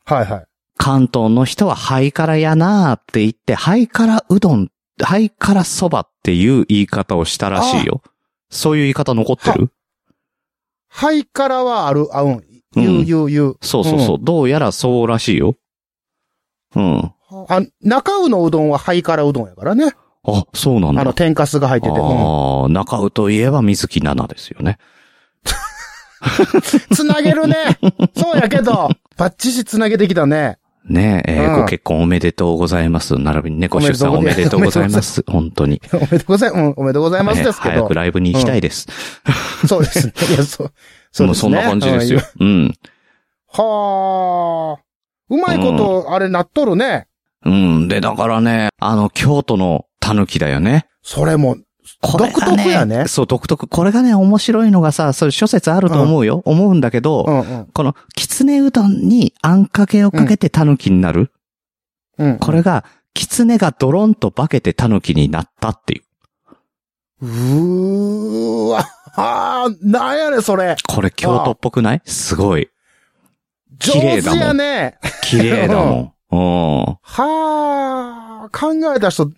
Speaker 2: はいはい。
Speaker 1: 関東の人はハイカラやなーって言って、ハイカラうどん、ハイカラそばっていう言い方をしたらしいよ。そういう言い方残ってる
Speaker 2: ハイカラはある、あうん。
Speaker 1: うん
Speaker 2: 言う言う言う。
Speaker 1: そうそうそう、どうやらそうらしいよ。うん。
Speaker 2: あ、中うのうどんはハイカラうどんやからね。
Speaker 1: あ、そうなんだ。
Speaker 2: あの、天かすが入ってて。うん
Speaker 1: ああ、中尾といえば水木奈々ですよね。
Speaker 2: つなげる
Speaker 1: *laughs*
Speaker 2: ねそうやけど、バッチシつなげてきたね。
Speaker 1: ねえ、えー
Speaker 2: うん
Speaker 1: ご結婚おめでとうございます。並びにね、ご出産
Speaker 2: お
Speaker 1: お
Speaker 2: め
Speaker 1: め
Speaker 2: で
Speaker 1: で
Speaker 2: と
Speaker 1: とう
Speaker 2: うご
Speaker 1: ご
Speaker 2: ざ
Speaker 1: ざ
Speaker 2: い
Speaker 1: い
Speaker 2: ま *laughs*
Speaker 1: ます。本当に。
Speaker 2: おめでとうございます。うんおめでとうございます
Speaker 1: ね
Speaker 2: ですけ
Speaker 1: 早
Speaker 2: ど
Speaker 1: く。ライブに行きたいです。
Speaker 2: そうですね。いや、そう。そう
Speaker 1: も
Speaker 2: で
Speaker 1: う
Speaker 2: す
Speaker 1: そ
Speaker 2: ね。
Speaker 1: んな感じですよ。うん。
Speaker 2: うん。はあ。うまいこと、あれなっとるね。
Speaker 1: うん。で、だからね、あの、京都の狸だよね。
Speaker 2: それも、
Speaker 1: これが
Speaker 2: 独特やね
Speaker 1: そう、独特。これがね、面白いのがさ、それ諸説あると思うよ。思うんだけど、
Speaker 2: うんうん。
Speaker 1: この、きつねうどんにあんかけをかけて狸になる。
Speaker 2: うん。
Speaker 1: これが、きつねがドロンと化けて狸になったっていう。
Speaker 2: うーわ、あーなんやねんそれ。
Speaker 1: これ京都っぽくないすごい。
Speaker 2: 上
Speaker 1: 綺麗
Speaker 2: 手
Speaker 1: だもん
Speaker 2: やね。
Speaker 1: 綺麗だもん。うん。
Speaker 2: はあ、考えた人、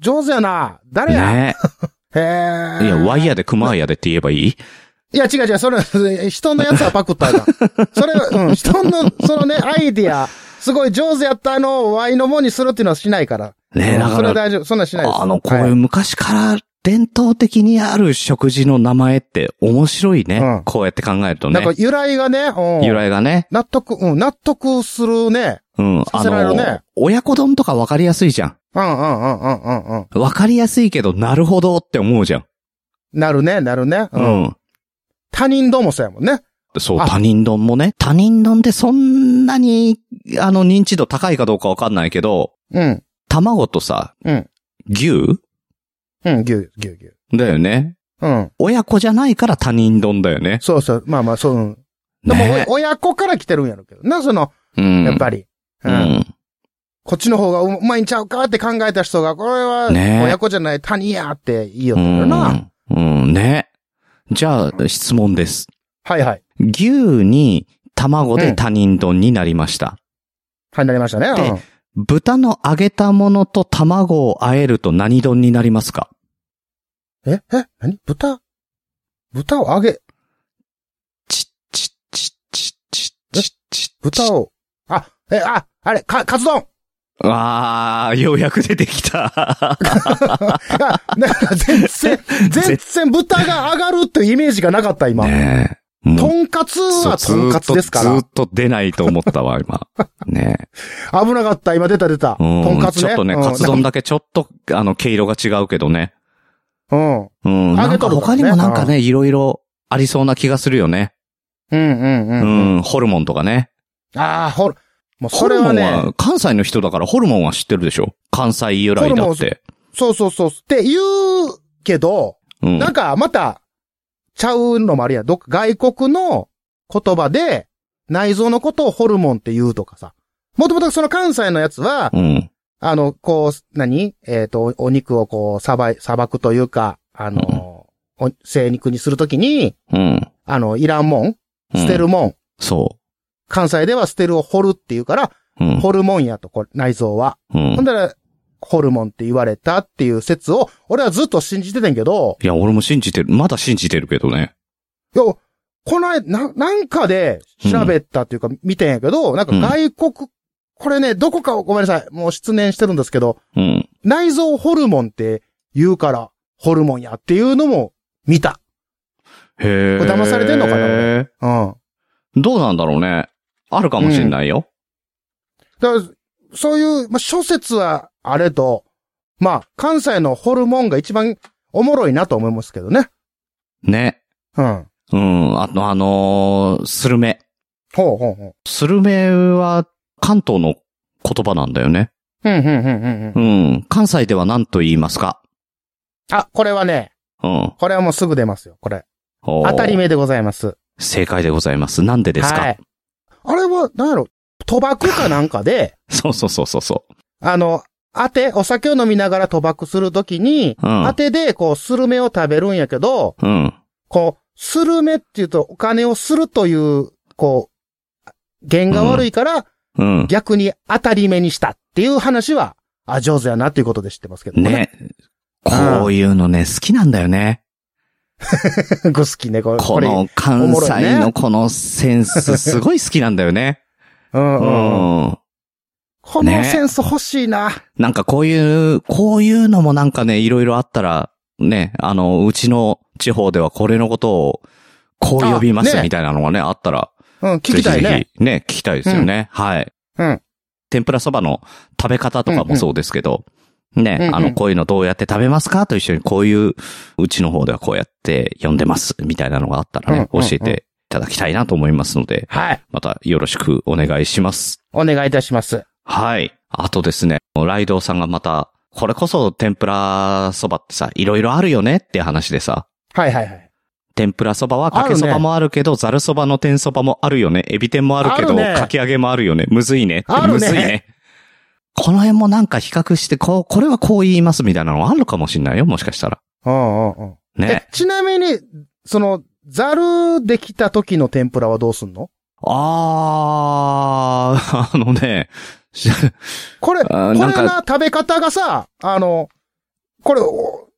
Speaker 2: 上手やな。誰や、
Speaker 1: ね
Speaker 2: へ
Speaker 1: い
Speaker 2: え。
Speaker 1: や、ワイヤーで熊やでって言えばいい
Speaker 2: いや、違う違う、それ、それ *laughs* 人のやつはパクったらあ
Speaker 1: *laughs*
Speaker 2: かん。それ、うん、人の、そのね、アイディア、すごい上手やったのをワイのもにするっていうのはしないから。
Speaker 1: ね
Speaker 2: うん
Speaker 1: だから
Speaker 2: それは大丈夫。そんなんしないです。
Speaker 1: あの、こう
Speaker 2: はい
Speaker 1: いう昔から伝統的にある食事の名前って面白いね。
Speaker 2: うん
Speaker 1: こうやって考えると
Speaker 2: なんか
Speaker 1: ね。
Speaker 2: 由来がね、うん
Speaker 1: 由来がね。
Speaker 2: 納得、うん、納得するね。
Speaker 1: うん。
Speaker 2: させられるね
Speaker 1: あの、親子丼とか分かりやすいじゃ
Speaker 2: うんうんうんうんうんうん。
Speaker 1: ん。分かりやすいけど、なるほどって思うじゃん。
Speaker 2: なるね、なるね。
Speaker 1: う
Speaker 2: うん
Speaker 1: ん。
Speaker 2: 他人どうもそうやもんね。
Speaker 1: そう、
Speaker 2: あ
Speaker 1: 他人丼もね。他人丼ってそんなに、あの、認知度高いかどうか分かんないけど、
Speaker 2: うん。
Speaker 1: 卵とさ、
Speaker 2: うん
Speaker 1: 牛
Speaker 2: うん、ぎゅう、ぎゅうぎゅう。
Speaker 1: だよね。
Speaker 2: うん。
Speaker 1: 親子じゃないから他人丼だよね。
Speaker 2: そうそう。まあまあ、そううん。でも、
Speaker 1: ね
Speaker 2: お親子から来てるんやろうけどな、その、
Speaker 1: うん。
Speaker 2: やっぱり。
Speaker 1: う。ん。
Speaker 2: こっちの方がうまいんちゃうかって考えた人が、これは、
Speaker 1: ねえ
Speaker 2: 親子じゃない、他人やって言いよっ
Speaker 1: う
Speaker 2: たから
Speaker 1: ん。
Speaker 2: な。
Speaker 1: うん、ね。じゃあ、質問です。
Speaker 2: はいはい。
Speaker 1: 牛に卵で他人丼になりました。
Speaker 2: はい、なりましたね。
Speaker 1: で
Speaker 2: うん
Speaker 1: 豚の揚げたものと卵を和えると何丼になりますか
Speaker 2: え、え、何豚豚を揚げ、
Speaker 1: チッチッチッチッチッ
Speaker 2: え
Speaker 1: チッチッ
Speaker 2: 豚を、あ、え、あ、あれ、か、カツ丼
Speaker 1: わー、ようやく出てきた。
Speaker 2: あなんか全
Speaker 1: *laughs*
Speaker 2: 然、全然豚が上がるっていうイメージがなかった、今。
Speaker 1: ねえ。も
Speaker 2: と
Speaker 1: う、
Speaker 2: んかつ
Speaker 1: そう
Speaker 2: はとんかつですか
Speaker 1: ずー
Speaker 2: ら
Speaker 1: っ。とずーっと出ないと思ったわ、今。ねえ。
Speaker 2: 危なかった、今出た出た。と
Speaker 1: うん
Speaker 2: んかつね。
Speaker 1: ちょっとね、
Speaker 2: うん
Speaker 1: カツ丼だけちょっと、あの、毛色が違うけどね。
Speaker 2: うん。うん
Speaker 1: うん。
Speaker 2: 揚
Speaker 1: な
Speaker 2: げ
Speaker 1: んか
Speaker 2: とるか
Speaker 1: 他
Speaker 2: らね
Speaker 1: にもなんかね、いろいろありそうな気がするよね。
Speaker 2: うんう。
Speaker 1: うん
Speaker 2: うん、
Speaker 1: ん、ホルモンとかね。
Speaker 2: ああ、ほら。もう
Speaker 1: ホ
Speaker 2: それ
Speaker 1: ルモ
Speaker 2: は
Speaker 1: ン
Speaker 2: ね、
Speaker 1: は、関西の人だからホルモンは知ってるでしょ関西由来だって。
Speaker 2: そうそうそう。って言うけど、
Speaker 1: うん。
Speaker 2: なんかまた、ちゃうのもあるやん。どっか外国の言葉で、内臓のことをホルモンって言うとかさ。もともとその関西のやつは、
Speaker 1: うん。
Speaker 2: あの、こう、何えっ、と、お肉をこう、さばい、さばくというか、あの、お精肉にするときに、
Speaker 1: うん。
Speaker 2: あの、いらんもん、捨
Speaker 1: う
Speaker 2: て
Speaker 1: ん。
Speaker 2: るもん、
Speaker 1: そ
Speaker 2: 関西では捨てるを掘るっていうから、
Speaker 1: う。うん。
Speaker 2: 掘るもんやと、これ、内臓は。
Speaker 1: うん
Speaker 2: ほんだら、ホルモンって言われたっていう説を、俺はずっと信じててんけど、
Speaker 1: いや、俺も信じてる。まだ信じてるけどね。
Speaker 2: いや、この間、な、なんかで喋ったっていうか見てんやけど、なんか外国、これね、どこかをごめんなさい、もう失念してるんですけど、
Speaker 1: うん。
Speaker 2: 内臓ホルモンって言うから、ホルモンやっていうのも見た。
Speaker 1: へえ。
Speaker 2: これ騙されてんのかな
Speaker 1: な
Speaker 2: うん。
Speaker 1: どうなんだろうね。あるかもしんないよ。
Speaker 2: だから、そういう、まあ、諸説はあれと、まあ、関西のホルモンが一番おもろいなと思いますけどね。
Speaker 1: ね。
Speaker 2: うん。
Speaker 1: うん。あの、あのースルメ。
Speaker 2: ほうほうほう。
Speaker 1: スルメは関東の言葉なんだよね。
Speaker 2: うん、うん、うん、うんうん
Speaker 1: う。ん。関西では何と言いますか
Speaker 2: あ、これはね、
Speaker 1: うん。
Speaker 2: これはもうすぐ出ますよ、これ。
Speaker 1: おー
Speaker 2: 当たり目でございます。
Speaker 1: 正解でございます。なんでですか、
Speaker 2: はい。あれは、なんやろ、賭博かなんかで、 *laughs*
Speaker 1: そうそうそうそうそ
Speaker 2: あの、当て、お酒を飲みながら賭博するときに、
Speaker 1: う。うん。
Speaker 2: 当てで、こう、スルメを食べるんやけど、
Speaker 1: うん。
Speaker 2: こう、スルメっていうと、お金をするという、こう、弦が悪いから、
Speaker 1: うん。
Speaker 2: 逆に当たり目にしたっていう話は、あ、上手やなっていうことで知ってますけど *laughs* ね。
Speaker 1: ね。こういうのね、好きなんだよね。
Speaker 2: ご好きね、これ。
Speaker 1: こ
Speaker 2: れ
Speaker 1: の関西のこのセンス、すごい好きなんだよね。
Speaker 2: う
Speaker 1: う
Speaker 2: んうんうん
Speaker 1: ん。
Speaker 2: このセンス欲しいな。
Speaker 1: なんかこういう、こういうのもなんかね、いろいろあったら、ね、あの、うちの地方ではこれのことを、こう呼びまし
Speaker 2: あ
Speaker 1: た
Speaker 2: ね
Speaker 1: みたいなのがね、あったら、
Speaker 2: うん、聞きた
Speaker 1: ぜ
Speaker 2: いね。
Speaker 1: ひぜひね、聞きたいですよね。はい。
Speaker 2: うん。
Speaker 1: 天ぷらそばの食べ方とかもそうですけど、ね、
Speaker 2: うんうん
Speaker 1: あの、こういうのどうやって食べますかと一緒にこういう、うちの方ではこうやって呼んでます、みたいなのがあったらね、
Speaker 2: うんうんうん
Speaker 1: 教えていただきたいなと思いますので、
Speaker 2: はい。
Speaker 1: またよろしくお願いします。
Speaker 2: お願いいたします。
Speaker 1: はい。あとですね、ライドウさんがまた、これこそ天ぷらそばってさ、いろいろあるよねって話でさ、
Speaker 2: はいはいはい。
Speaker 1: 天ぷらそばはかけそばもあるけど、ざるそばの天そばもあるよね。エビ天もあるけど、
Speaker 2: あるね
Speaker 1: かき揚げもあるよね。むずいね。
Speaker 2: あるね
Speaker 1: むずいね。この辺もなんか比較して、こう、これはこう言いますみたいなのあるかもしんないよ、もしかしたら。
Speaker 2: うんうんうん。え
Speaker 1: ね。、
Speaker 2: ちなみに、その、ザルできた時の天ぷらはどうすんの
Speaker 1: あー、あ *laughs* のね、し
Speaker 2: これ、こ
Speaker 1: あー
Speaker 2: れ
Speaker 1: なんか
Speaker 2: な食べ方がさ、あの、これ、お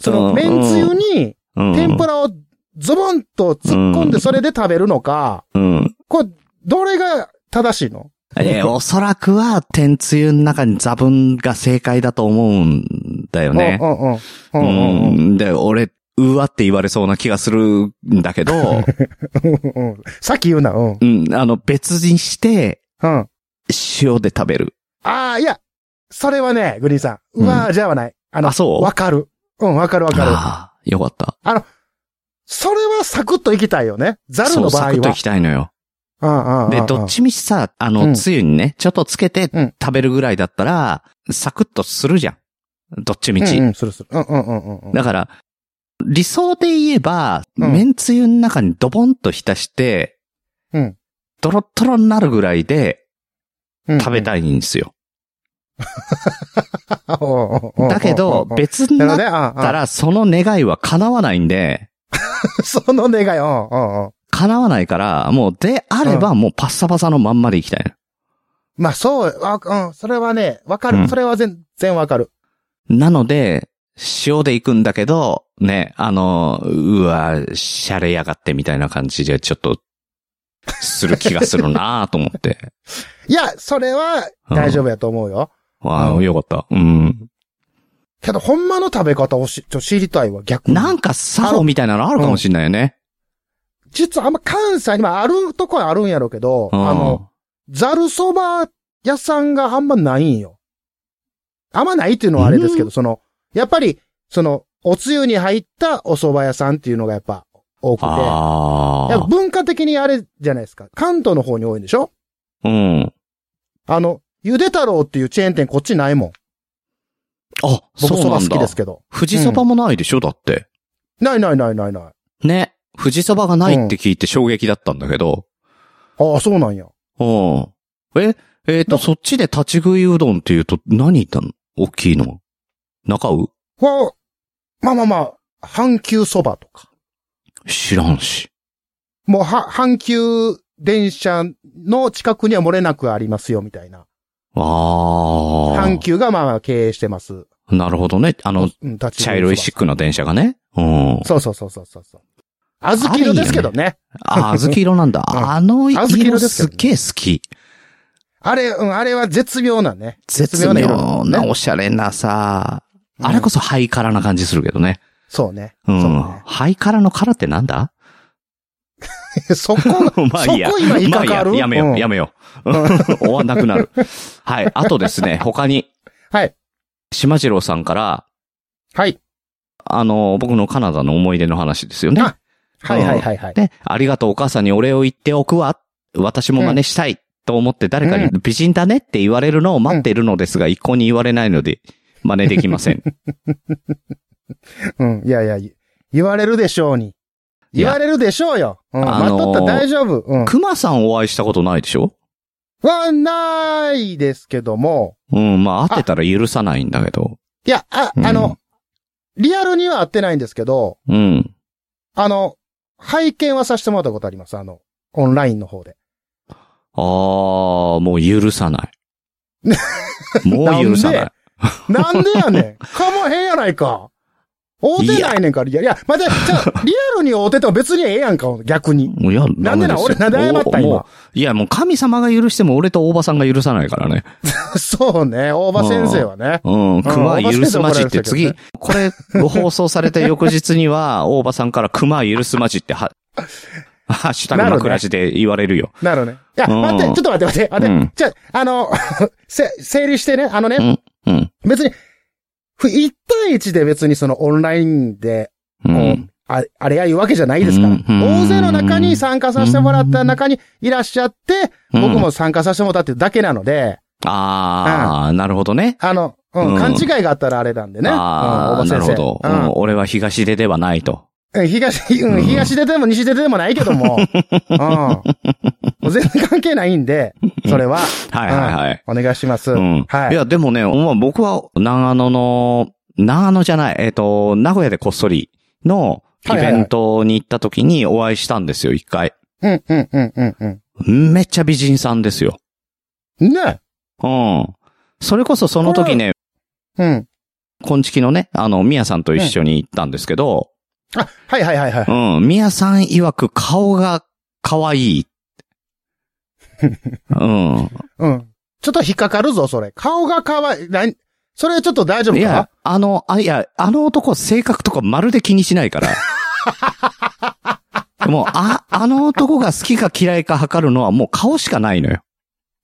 Speaker 2: その、
Speaker 1: うん
Speaker 2: めんつゆに
Speaker 1: うん、
Speaker 2: 天ぷらをズボンと突っ込ん
Speaker 1: う
Speaker 2: で
Speaker 1: ん
Speaker 2: それで食べるのか、
Speaker 1: うん。
Speaker 2: これ、どれが正しいの
Speaker 1: えーおそらくは、天つゆの中にザブンが正解だと思うんだよね。
Speaker 2: うんうんうん。う
Speaker 1: うん
Speaker 2: うんうん
Speaker 1: ん。で、俺、うわって言われそうな気がするんだけど、
Speaker 2: *laughs* うんうん。 *laughs* さっき言うな、うん。うん。
Speaker 1: うん、あの、別にして、
Speaker 2: あ
Speaker 1: 塩で食べる。
Speaker 2: あ、いや、それはね、グリーンさん。うわー、じゃあはない。あの、
Speaker 1: あそう
Speaker 2: わかる。うん、わかるわかる。
Speaker 1: ああ、よかった。
Speaker 2: それはサクッといきたいよね。ザル
Speaker 1: そ
Speaker 2: の
Speaker 1: う、
Speaker 2: 場合
Speaker 1: サ
Speaker 2: は。
Speaker 1: クッといきたいのよ。
Speaker 2: うんうんうんうん
Speaker 1: で、どっちみちさ、あ
Speaker 2: うん
Speaker 1: の、つゆにね、ちょっとつけて
Speaker 2: うん
Speaker 1: 食べるぐらいだったら、サクッとするじゃん。どっちみ
Speaker 2: うんう
Speaker 1: ち。
Speaker 2: ん、するする。うんうんうんうんうん。
Speaker 1: だから、理想で言えば、
Speaker 2: うん
Speaker 1: めんつゆの中にドボンと浸して、
Speaker 2: うん
Speaker 1: ドロッドロになるぐらいで
Speaker 2: うんうん
Speaker 1: 食べたいんですよ。だ
Speaker 2: だ
Speaker 1: けど、別になっ
Speaker 2: ね、あ
Speaker 1: たら、その願いは叶わないんで、 *laughs*
Speaker 2: その願い、うんうんうん。
Speaker 1: 叶わないから、もう、であれば、もうパッサパサのまんまでいきたいの。
Speaker 2: まあそう、わうん、それはね、わか
Speaker 1: う
Speaker 2: る。
Speaker 1: ん
Speaker 2: それは全然わかる。
Speaker 1: なので、塩で行くんだけど、ね、あの、うわ、シャレやがってみたいな感じで、ちょっと、する気がするなぁと思って。
Speaker 2: いや、それは
Speaker 1: うん
Speaker 2: *laughs* 大丈夫やと思うよ。
Speaker 1: わ
Speaker 2: う
Speaker 1: あ、
Speaker 2: ん
Speaker 1: よかった。うん。
Speaker 2: けど、ほんまの食べ方をし、ちょ、知りたいわ、逆に。
Speaker 1: なんか、作法みたいなのあるかもしんないよね。
Speaker 2: 実はあんま関西にもあるとこはあるんやろうけど、
Speaker 1: うん
Speaker 2: あの、、ざるそば屋さんがあんまないんよ。あんまないっていうのはあれですけど、
Speaker 1: う
Speaker 2: その、やっぱり、その、おつゆに入ったお蕎麦屋さんっていうのがやっぱ多くて、
Speaker 1: あ
Speaker 2: やっぱ
Speaker 1: あ。
Speaker 2: 文化的にあれじゃないですか。関東の方に多いんでしょ
Speaker 1: うん。
Speaker 2: あの、ゆで太郎っていうチェーン店こっちないもん。
Speaker 1: あ、
Speaker 2: 僕
Speaker 1: そう
Speaker 2: 蕎
Speaker 1: な
Speaker 2: 麦
Speaker 1: ん
Speaker 2: 好きです
Speaker 1: だ。
Speaker 2: けど。
Speaker 1: 富士そばもないでしょだって。
Speaker 2: ないないないないない。
Speaker 1: ね。富士そばがないって聞いて衝撃だったんだけど。
Speaker 2: ああ、そうなんや。
Speaker 1: うん。え、えっ、と、そっちで立ち食いうどんっていうと、何言ったの大きいのは。中う
Speaker 2: は、まあまあまあ、阪急そばとか。
Speaker 1: 知らんし。
Speaker 2: もう、は、阪急電車の近くには漏れなくありますよ、みたいな。
Speaker 1: あ
Speaker 2: 阪急がまあ経営してます。
Speaker 1: あ。なるほどね。あの、
Speaker 2: うん、立
Speaker 1: 茶色いシック
Speaker 2: な。
Speaker 1: の電車がね。うん。
Speaker 2: そうそうそうそうそうそう。あずき色ですけどね。
Speaker 1: あ、
Speaker 2: *laughs*
Speaker 1: 小豆色なんだ。
Speaker 2: うん
Speaker 1: あの
Speaker 2: 小豆
Speaker 1: 色
Speaker 2: 色です
Speaker 1: す
Speaker 2: よ
Speaker 1: っ
Speaker 2: ね
Speaker 1: げえ好き。
Speaker 2: あれ、うん、あれは絶妙なね。
Speaker 1: 絶
Speaker 2: な
Speaker 1: 妙な
Speaker 2: ね
Speaker 1: おしゃれなさ、
Speaker 2: うん
Speaker 1: あれこそハイカラな感じするけどね。
Speaker 2: そうね。 *laughs*
Speaker 1: うん。
Speaker 2: そうね。
Speaker 1: ハイカラのカラってなんだ
Speaker 2: そこが、
Speaker 1: *laughs* まあいいや。
Speaker 2: そこ今引っ
Speaker 1: まあ
Speaker 2: か
Speaker 1: いい
Speaker 2: か
Speaker 1: や
Speaker 2: る。
Speaker 1: やめよ
Speaker 2: ん
Speaker 1: う、やめよう。
Speaker 2: *laughs*
Speaker 1: 終わんなくなる。はい。あとですね、他に、
Speaker 2: はい。
Speaker 1: 島次郎さんから、
Speaker 2: はい。
Speaker 1: あの、僕のカナダの思い出の話ですよね。
Speaker 2: あはいはいはいはい。
Speaker 1: ね、ありがとうお母さんにお礼を言っておくわ。私も真似したいと思って誰かに
Speaker 2: う
Speaker 1: 美人だねって言われるのを待っているのですが、一向に言われないので、真似できま
Speaker 2: *laughs*
Speaker 1: せん。
Speaker 2: うん。いやいや、い言われるでしょうに。
Speaker 1: いや
Speaker 2: 言われるでしょうよ。うん。
Speaker 1: あのー
Speaker 2: まとったら大丈夫。うん。
Speaker 1: 熊さんお会いしたことないでしょ
Speaker 2: は、ないですけども。
Speaker 1: うん、まあ、会ってたら許さないんだけど。
Speaker 2: いや、あ、
Speaker 1: うん
Speaker 2: あの、リアルには会ってないんですけど、
Speaker 1: うん。
Speaker 2: あの、拝見はさせてもらったことあります。あの、オンラインの方で。
Speaker 1: あー、もう許さない。もう許さない。
Speaker 2: なんなんでや
Speaker 1: *laughs*
Speaker 2: ねん。かまへんやないか。会うてないねんから。いや、いや、まだ、じゃ
Speaker 1: *laughs*
Speaker 2: あリアルに会うてても別にええやんか、逆に。
Speaker 1: いや、
Speaker 2: なんでな、俺なんで謝っ
Speaker 1: も
Speaker 2: た今。
Speaker 1: ういや、もう神様が許しても俺と大場さんが許さないからね。
Speaker 2: *laughs* そうね、大場先生はね。
Speaker 1: うん、熊許すまじって
Speaker 2: う
Speaker 1: 次
Speaker 2: ん、
Speaker 1: これ、放送された翌日には、大場さんから熊許すまじって
Speaker 2: *laughs*
Speaker 1: は、ハッシュタグの暮らしで言われるよ。
Speaker 2: なるね。いや、
Speaker 1: うん
Speaker 2: 待って、ちょっと待って待って、待って。
Speaker 1: うん
Speaker 2: じゃあ、あの、 *laughs* せ、整理してね、あのね、
Speaker 1: うん、
Speaker 2: 別に、ふ一対一で別にそのオンラインで、
Speaker 1: う。
Speaker 2: こうんああれやいうわけじゃないですか
Speaker 1: う。
Speaker 2: ら
Speaker 1: んうん
Speaker 2: 大勢の中に参加させてもらった中にいらっしゃって、
Speaker 1: うん
Speaker 2: 僕も参加させてもらったっていうだけなので、
Speaker 1: あー、なるほどね。
Speaker 2: あの、うん
Speaker 1: うん
Speaker 2: 勘違いがあったらあれなんでね。
Speaker 1: あ
Speaker 2: う
Speaker 1: ー、な
Speaker 2: ん大場
Speaker 1: る
Speaker 2: 先生
Speaker 1: ほど。うん俺は東出ではないと。
Speaker 2: うんうん東、う、
Speaker 1: うんん
Speaker 2: 東出ても西出てもないけど
Speaker 1: *laughs*
Speaker 2: も、うん、もう全然関係ないんで、それは、
Speaker 1: はいはいはい。
Speaker 2: お願いします。
Speaker 1: うん。
Speaker 2: はいい。
Speaker 1: や、でもね、まあ僕は、長野の、長野じゃない、えっ、と、名古屋でこっそりのイ
Speaker 2: はいはい
Speaker 1: ベ
Speaker 2: はい
Speaker 1: ントに行った時にお会いしたんですよ、一回。
Speaker 2: うん、うん、うん、うん、うん。
Speaker 1: めっちゃ美人さんですよ。
Speaker 2: ね。
Speaker 1: うん。それこそその時ね、
Speaker 2: うん。
Speaker 1: こんちきのね、あの、みやさんと一緒に行ったんですけど、
Speaker 2: あ、はいはいはいはい。
Speaker 1: うん、みやさん曰く顔が可愛
Speaker 2: *laughs*
Speaker 1: い。うん。
Speaker 2: うん。ちょっと引っかかるぞ、それ。顔が可愛い。なんそれちょっと大丈夫
Speaker 1: い
Speaker 2: か
Speaker 1: や、あの、あ、いや、あの男性格とかまるで気にしないから。 *laughs* もう、あ、あの男が好きか嫌いか測るのはもう顔しかないのよ。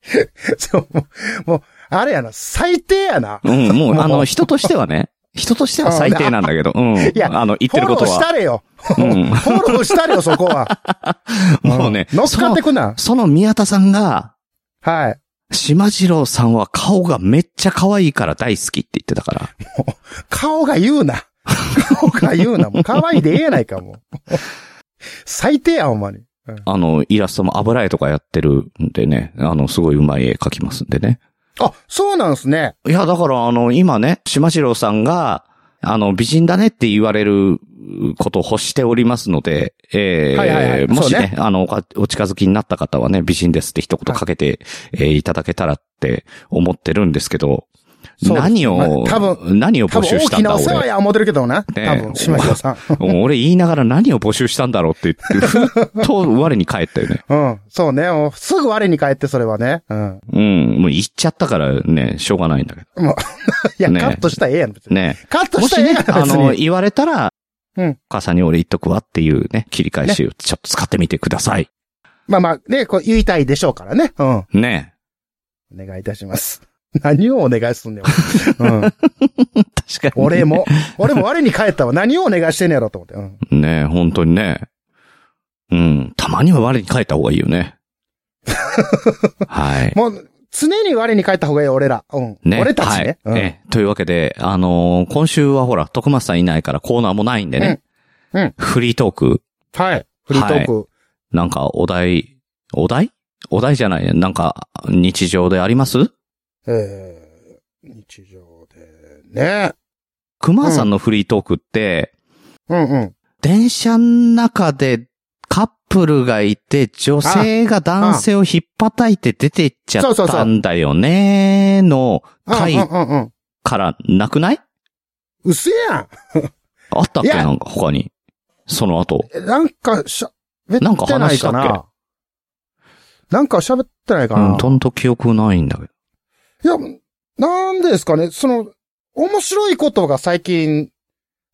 Speaker 2: *laughs* そうもう、もう、あれやな、最低やな。
Speaker 1: うん、もう、
Speaker 2: *laughs* もう
Speaker 1: あの、人としてはね、人としては最低なんだけど、うん。
Speaker 2: や
Speaker 1: あの、言ってること
Speaker 2: フォローし
Speaker 1: は。
Speaker 2: たれよ。
Speaker 1: うん。
Speaker 2: フォローしたれよ、そこは。
Speaker 1: *laughs* もうね、
Speaker 2: ん乗っかってくな。
Speaker 1: その宮田さんが、
Speaker 2: はい。
Speaker 1: 島次郎さんは顔がめっちゃ可愛いから大好きって言ってたから。
Speaker 2: 顔が言うな。 *laughs* 顔が言うな。もう可愛いでええやないか、もう。最低や、ほんまに。うん
Speaker 1: あの、イラストも油絵とかやってるんでね、あの、すごいうまい絵描きますんでね。
Speaker 2: あ、そうなんすね。
Speaker 1: いや、だからあの、今ね、島次郎さんが、あの、美人だねって言われることを欲しておりますので、えー
Speaker 2: はいはいはい
Speaker 1: もし
Speaker 2: そう
Speaker 1: ね
Speaker 2: ね
Speaker 1: あのおか、お近づきになった方はね、美人ですって一言かけて、えーいただけたらって思ってるんですけど、
Speaker 2: そうです
Speaker 1: 何
Speaker 2: まあ
Speaker 1: を、
Speaker 2: 多分
Speaker 1: 何を
Speaker 2: 多
Speaker 1: 募
Speaker 2: 分
Speaker 1: 集
Speaker 2: 大
Speaker 1: した
Speaker 2: き
Speaker 1: んだ
Speaker 2: なお
Speaker 1: 俺
Speaker 2: 世話や思ってるけどな。
Speaker 1: え
Speaker 2: 多分、島下さん。
Speaker 1: うん俺言いながら何を募集したんだろうって言って、ふっと我に返ったよね。
Speaker 2: *laughs* うん。そうね。もうすぐ我に返って、それはね。うん。
Speaker 1: うん、もう言っちゃったからね、しょうがないんだけ
Speaker 2: もう、いや、
Speaker 1: ね
Speaker 2: カットしたらええやん、別
Speaker 1: ど。
Speaker 2: に。
Speaker 1: ね。
Speaker 2: カット
Speaker 1: も
Speaker 2: した
Speaker 1: し
Speaker 2: らえ
Speaker 1: ね
Speaker 2: えやん、、別
Speaker 1: あの、
Speaker 2: に。
Speaker 1: 言われたら、
Speaker 2: うん
Speaker 1: お母さんに俺言っとくわっていうね、切り返しをちょっと使ってみてください。
Speaker 2: まあまあ、ね、こう言いたいでしょうからね。うん。お
Speaker 1: ね。
Speaker 2: 願いいたします。 *laughs* 何をお願いすんねん。俺うん。
Speaker 1: 確かに。
Speaker 2: 俺。も、俺も我に返ったわ。何をお願いしてんねやろと思って。うん。
Speaker 1: ね本当にね。うん。たまには我に返った方がいいよ
Speaker 2: *laughs*
Speaker 1: ね。はい。
Speaker 2: もう、常に我に返った方がいいよ、俺ら。うん。
Speaker 1: ね。
Speaker 2: 俺たちね。
Speaker 1: はいええというわけで、あのー今週はほら、徳松さんいないからコーナーもないんでね。
Speaker 2: うんうん
Speaker 1: フリートーク、
Speaker 2: うん。はい。フリートーク。
Speaker 1: なんかお題、お題お題じゃないね。なんか、日常であります
Speaker 2: えー、日常で、ね。
Speaker 1: 熊さんのフリートークって、
Speaker 2: うんうん。
Speaker 1: 電車の中でカップルがいて、女性が男性をひっぱたいて出てっちゃ
Speaker 2: そう
Speaker 1: っ
Speaker 2: そうそう
Speaker 1: たんだよねの
Speaker 2: うんうん
Speaker 1: 回
Speaker 2: うんうん。
Speaker 1: からなくない
Speaker 2: うせやん
Speaker 1: あったっけ
Speaker 2: いや
Speaker 1: なんか他に。その後。
Speaker 2: えなんかしゃ、べって
Speaker 1: なんか
Speaker 2: な
Speaker 1: 話
Speaker 2: い
Speaker 1: した
Speaker 2: か
Speaker 1: っけ
Speaker 2: な。なんか喋ってないか
Speaker 1: う
Speaker 2: な。
Speaker 1: ん、とんと記憶ないんだけど。
Speaker 2: いや、なんですかね、その、面白いことが最近、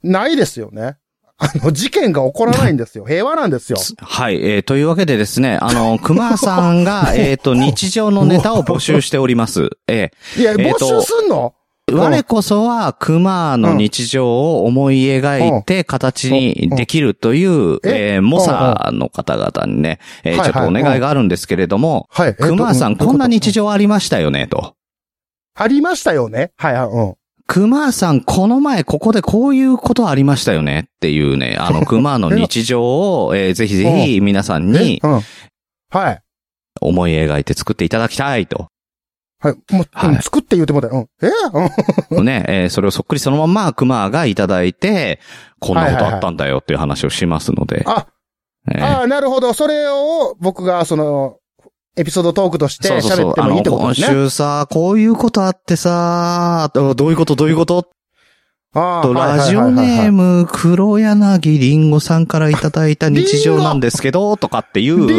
Speaker 2: ないですよね。あの、事件が起こらない
Speaker 1: *laughs*
Speaker 2: んですよ。平和なんですよ。
Speaker 1: はい、えー、というわけでですね、あの、熊さんが、えっと、日常のネタを募集しております。え
Speaker 2: いや、
Speaker 1: えー
Speaker 2: 募
Speaker 1: と
Speaker 2: 集すんの、
Speaker 1: ー我こそは熊の日常を思い描いて形にできるという、
Speaker 2: え
Speaker 1: えー、猛者の方々にね、えー
Speaker 2: はいは
Speaker 1: ちょ
Speaker 2: い
Speaker 1: っとお願いがあるんですけれども、
Speaker 2: はい。えーと
Speaker 1: 熊さ
Speaker 2: うん
Speaker 1: こんな日
Speaker 2: どういう
Speaker 1: 常ありましたよね、と。
Speaker 2: ことありましたよね。はい、はい、うん。
Speaker 1: 熊さん、この前ここでこういうことありましたよねっていうね、あの
Speaker 2: *laughs*
Speaker 1: 熊の日常を、えーぜひぜひ皆さんに
Speaker 2: えうん。はい。
Speaker 1: 思い描いて作っていただきたいと。
Speaker 2: はい。もう、
Speaker 1: はい
Speaker 2: うん作って言うてもうたよ。うん。えー
Speaker 1: *laughs*
Speaker 2: うん。
Speaker 1: ね、えーそれをそっくりそのまま熊がいただいて、こんなことあったんだよっていう話をしますので。
Speaker 2: あ、
Speaker 1: えー
Speaker 2: ああ、なるほど。それを僕が、その、エピソードトークとして
Speaker 1: そうそうそ
Speaker 2: 喋
Speaker 1: う
Speaker 2: っ。て
Speaker 1: あ
Speaker 2: もいい
Speaker 1: の、
Speaker 2: ってこと
Speaker 1: 今
Speaker 2: ですね。
Speaker 1: 週さ、こういうことあってさ、どどういうことどういうこと
Speaker 2: あ
Speaker 1: と、
Speaker 2: ーはい
Speaker 1: ラジオ
Speaker 2: はいはいはい
Speaker 1: ネーム、黒柳りんごさんからいただいた日常なんですけど、とかってい
Speaker 2: リン
Speaker 1: う、
Speaker 2: ゴ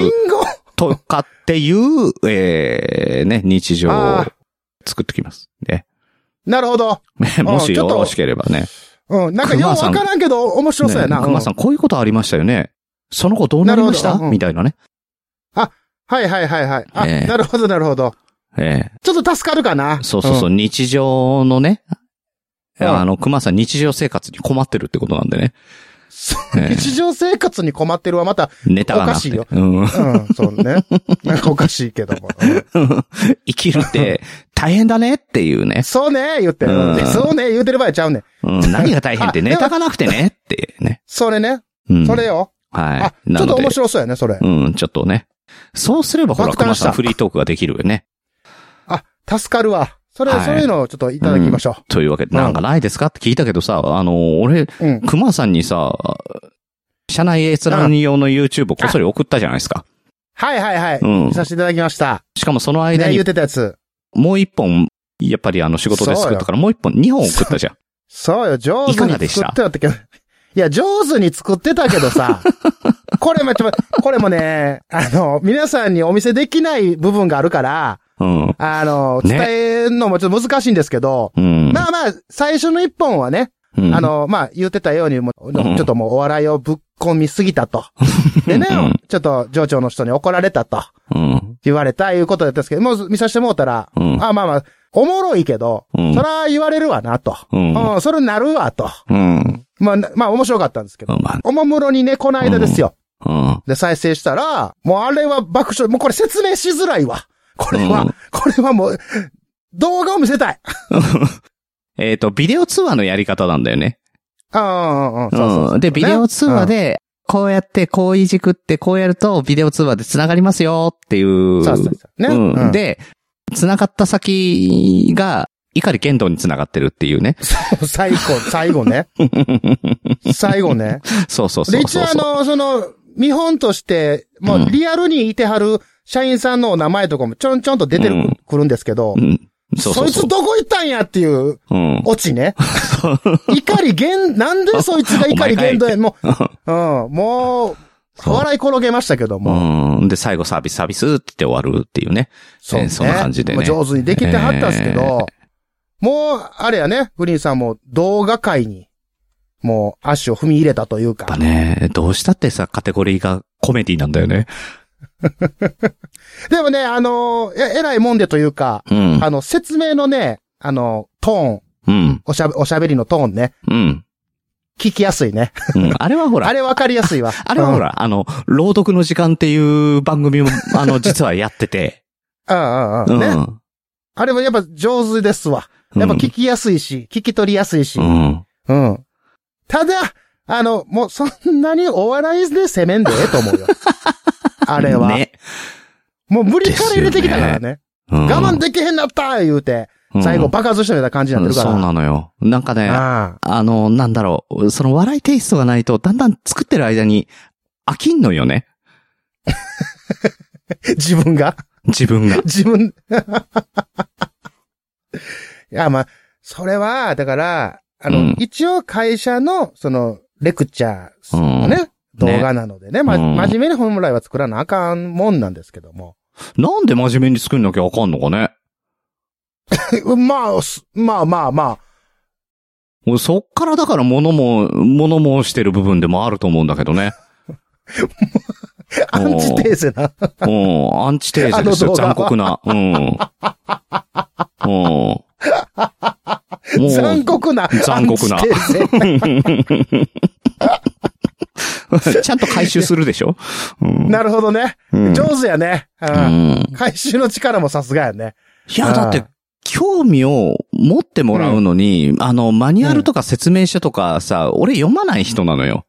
Speaker 1: とかっていう、えー、ね、日常を
Speaker 2: あー
Speaker 1: 作ってきます。ね。
Speaker 2: なるほど。
Speaker 1: もし
Speaker 2: ちょ
Speaker 1: よ
Speaker 2: っと
Speaker 1: ろしければね。
Speaker 2: うん。なんかようわからんけど、面白そうやな。
Speaker 1: ね熊さ、
Speaker 2: うん
Speaker 1: こういうことありましたよね。その後どうなりました、
Speaker 2: なるほどうん
Speaker 1: みたいなね。
Speaker 2: んはいはいはいはい。あ、
Speaker 1: ええ
Speaker 2: なるほどなるほど。
Speaker 1: ええ
Speaker 2: ちょっと助かるかな。
Speaker 1: そうそうそう、
Speaker 2: ん
Speaker 1: 日常のね、
Speaker 2: うん
Speaker 1: あの、熊さん日常生活に困ってるってことなんでね。
Speaker 2: そう
Speaker 1: ええ
Speaker 2: 日常生活に困ってるはまた、
Speaker 1: ネタがなくて。
Speaker 2: おかしい
Speaker 1: う
Speaker 2: よ
Speaker 1: ん。
Speaker 2: うん、そう
Speaker 1: *laughs*
Speaker 2: ね。なんかおかしいけども。うん
Speaker 1: 生きる
Speaker 2: *laughs*
Speaker 1: って大変だねっていうね。
Speaker 2: そうね、言って。
Speaker 1: うん
Speaker 2: そうね、言うてる場合ちゃうね。
Speaker 1: うん、何が大変って
Speaker 2: あでも
Speaker 1: ネタがなくてねっていうね。
Speaker 2: それね。
Speaker 1: うん、
Speaker 2: それよ。
Speaker 1: は
Speaker 2: あ、
Speaker 1: い。
Speaker 2: ちょ
Speaker 1: な
Speaker 2: っと
Speaker 1: ので
Speaker 2: 面、白そうやね、それ。
Speaker 1: うん、ちょっとね。そうすればほら、
Speaker 2: 爆誕
Speaker 1: 熊
Speaker 2: した
Speaker 1: さんフリートークができるよね。
Speaker 2: あ、助かるわ。それ
Speaker 1: は、い
Speaker 2: そういうのをちょっといただきましょ
Speaker 1: というわけで、なんかないですかって聞いたけどさ、あの、俺、
Speaker 2: う。うん。
Speaker 1: 熊さんにさ、社内閲覧用の YouTube をこっそり送ったじゃないですか。
Speaker 2: はいはいはい。
Speaker 1: うん
Speaker 2: 見させていただきました。
Speaker 1: しかもその間
Speaker 2: ね、
Speaker 1: に
Speaker 2: 言ってたやつ。
Speaker 1: もう一本、やっぱりあの仕事で作ったから、もう一本、二本送ったじゃん。
Speaker 2: そうよ、上手に作ってたってけど。いや、上手に作ってたけ
Speaker 1: *laughs*
Speaker 2: どさ。これも、ちょっとこれもね、あの、皆さんにお見せできない部分があるから、
Speaker 1: うん。
Speaker 2: あの、
Speaker 1: ね
Speaker 2: 伝えるのもちょっと難しいんですけど、
Speaker 1: うん。
Speaker 2: まあまあ、最初の一本はね、
Speaker 1: うん
Speaker 2: あ、の、まあ、言ってたようにも、ちょっともうお笑いをぶっ込みすぎたと。でね
Speaker 1: うん、
Speaker 2: ちょっと上長の人に怒られたと
Speaker 1: うん。
Speaker 2: 言われたいうことだったんですけど、もう見させてもうたら、
Speaker 1: うん
Speaker 2: あまあまあ、おもろいけど、
Speaker 1: うん
Speaker 2: そら言われるわなと。
Speaker 1: うん。
Speaker 2: うん、それなるわと。
Speaker 1: うん。
Speaker 2: まあ、なまあ面白かったんですけど。
Speaker 1: ま
Speaker 2: おもむろにね、この間ですよ。
Speaker 1: あ、
Speaker 2: で、再生したら、もうあれは爆笑、もうこれ説明しづらいわ。これは、
Speaker 1: うん
Speaker 2: これはもう、動画を見せたい。
Speaker 1: うん。えっと、ビデオ通話のやり方なんだよね。
Speaker 2: うんうんうん、そうそうそう
Speaker 1: うん。で、ビデオ通話、で、こうやって、こういじくって、こうやると、ビデオ通話で繋がりますよっていう。
Speaker 2: ねそうそうそう。ね。
Speaker 1: うん
Speaker 2: うん、
Speaker 1: で、繋がった先が、碇玄道に繋がってるっていうね。
Speaker 2: 最後、最
Speaker 1: *laughs*
Speaker 2: 後ね。最後ね。
Speaker 1: そうそうそ
Speaker 2: で、
Speaker 1: う
Speaker 2: 一
Speaker 1: そう
Speaker 2: 応あ
Speaker 1: そう。
Speaker 2: の、その、見本として、もうリアルにいてはる社員さんのお名前とかもちょんちょんと出てる、
Speaker 1: うん
Speaker 2: くるんですけど、
Speaker 1: うん。そうそう
Speaker 2: そい
Speaker 1: そ
Speaker 2: つどこ行ったんやっていう
Speaker 1: う。うん。
Speaker 2: 落ちね。怒りんなんでそいつが怒り限
Speaker 1: *laughs*
Speaker 2: 度や、もう、うん、もう、
Speaker 1: そう
Speaker 2: 笑い転げましたけども。
Speaker 1: うん。で、最後サービス、サービスって言って終わるっていうね。
Speaker 2: そうね。
Speaker 1: そんな感じでね
Speaker 2: もう上手にできてはったんですけど、
Speaker 1: えー
Speaker 2: もう、あれやね、グリーンさんも動画界に、もう足を踏み入れたという
Speaker 1: やっぱ
Speaker 2: か。
Speaker 1: ね、どうしたってさ、カテゴリーがコメディなんだよね。
Speaker 2: でもね、あのー、え、偉いもんでというか、
Speaker 1: うん。
Speaker 2: あの、説明のね、あの、トーン、
Speaker 1: うん。
Speaker 2: おしゃべ、おしゃべりのトーンね、
Speaker 1: うん。
Speaker 2: 聞きやすいね。
Speaker 1: うんあれはほら、
Speaker 2: あ
Speaker 1: あれ
Speaker 2: れわかりやすいわ。
Speaker 1: はほ *laughs* ら、あの、朗読の時間っていう番組
Speaker 2: *laughs*
Speaker 1: も、あの、実はやってて。
Speaker 2: うん。うん
Speaker 1: うん。
Speaker 2: うんうん。ね。あれはやっぱ上手ですわ。
Speaker 1: うん
Speaker 2: やっぱ聞きやすいし、聞き取りやすいし
Speaker 1: う。ん。
Speaker 2: うん。ただ、あの、も
Speaker 1: *laughs*
Speaker 2: うそんなにお笑いで攻めんでええと思うよ。あれは。
Speaker 1: ね。
Speaker 2: もう無理から入れてきたからね。
Speaker 1: うん
Speaker 2: 我慢できへんなった言うて、最後爆発したような感じになってるから。
Speaker 1: うんそうなのよ。なんかね、
Speaker 2: あ
Speaker 1: あの、なんだろう、その笑いテイストがないと、だんだん作ってる間に飽きんのよね。
Speaker 2: あ自分が。
Speaker 1: 自分が
Speaker 2: *laughs* 自分。いや、まあ、それは、だから、あの、
Speaker 1: うん
Speaker 2: 一応会社の、その、レクチャーのね、動画なのでね、ま、
Speaker 1: うん
Speaker 2: 真面目に本来は作らなあかんもんなんですけど
Speaker 1: *laughs*
Speaker 2: も。
Speaker 1: なんで真面目に作んなきゃあかんのかね。
Speaker 2: まあ、すまあまあま
Speaker 1: 俺そっからだから物も、物申してる部分でもあると思うんだけどね。
Speaker 2: あ、アンチテーゼな。
Speaker 1: *laughs* うん、アンチテーゼですよ、
Speaker 2: あの動画
Speaker 1: 残
Speaker 2: は
Speaker 1: 酷な。うん。うん。もう
Speaker 2: 残酷な。
Speaker 1: 残酷な
Speaker 2: アンチテー
Speaker 1: *laughs*
Speaker 2: ゼ
Speaker 1: ちゃんと回収するでしょうん。
Speaker 2: *laughs* なるほどね。
Speaker 1: うん
Speaker 2: 上手やね。う
Speaker 1: うんん。
Speaker 2: 回収の力もさすがやね。
Speaker 1: いや、だっ
Speaker 2: う
Speaker 1: て
Speaker 2: ん、
Speaker 1: 興味を持ってもらうのに、あの、マニュアルとか説明書とかさ、俺読まない人なのよ。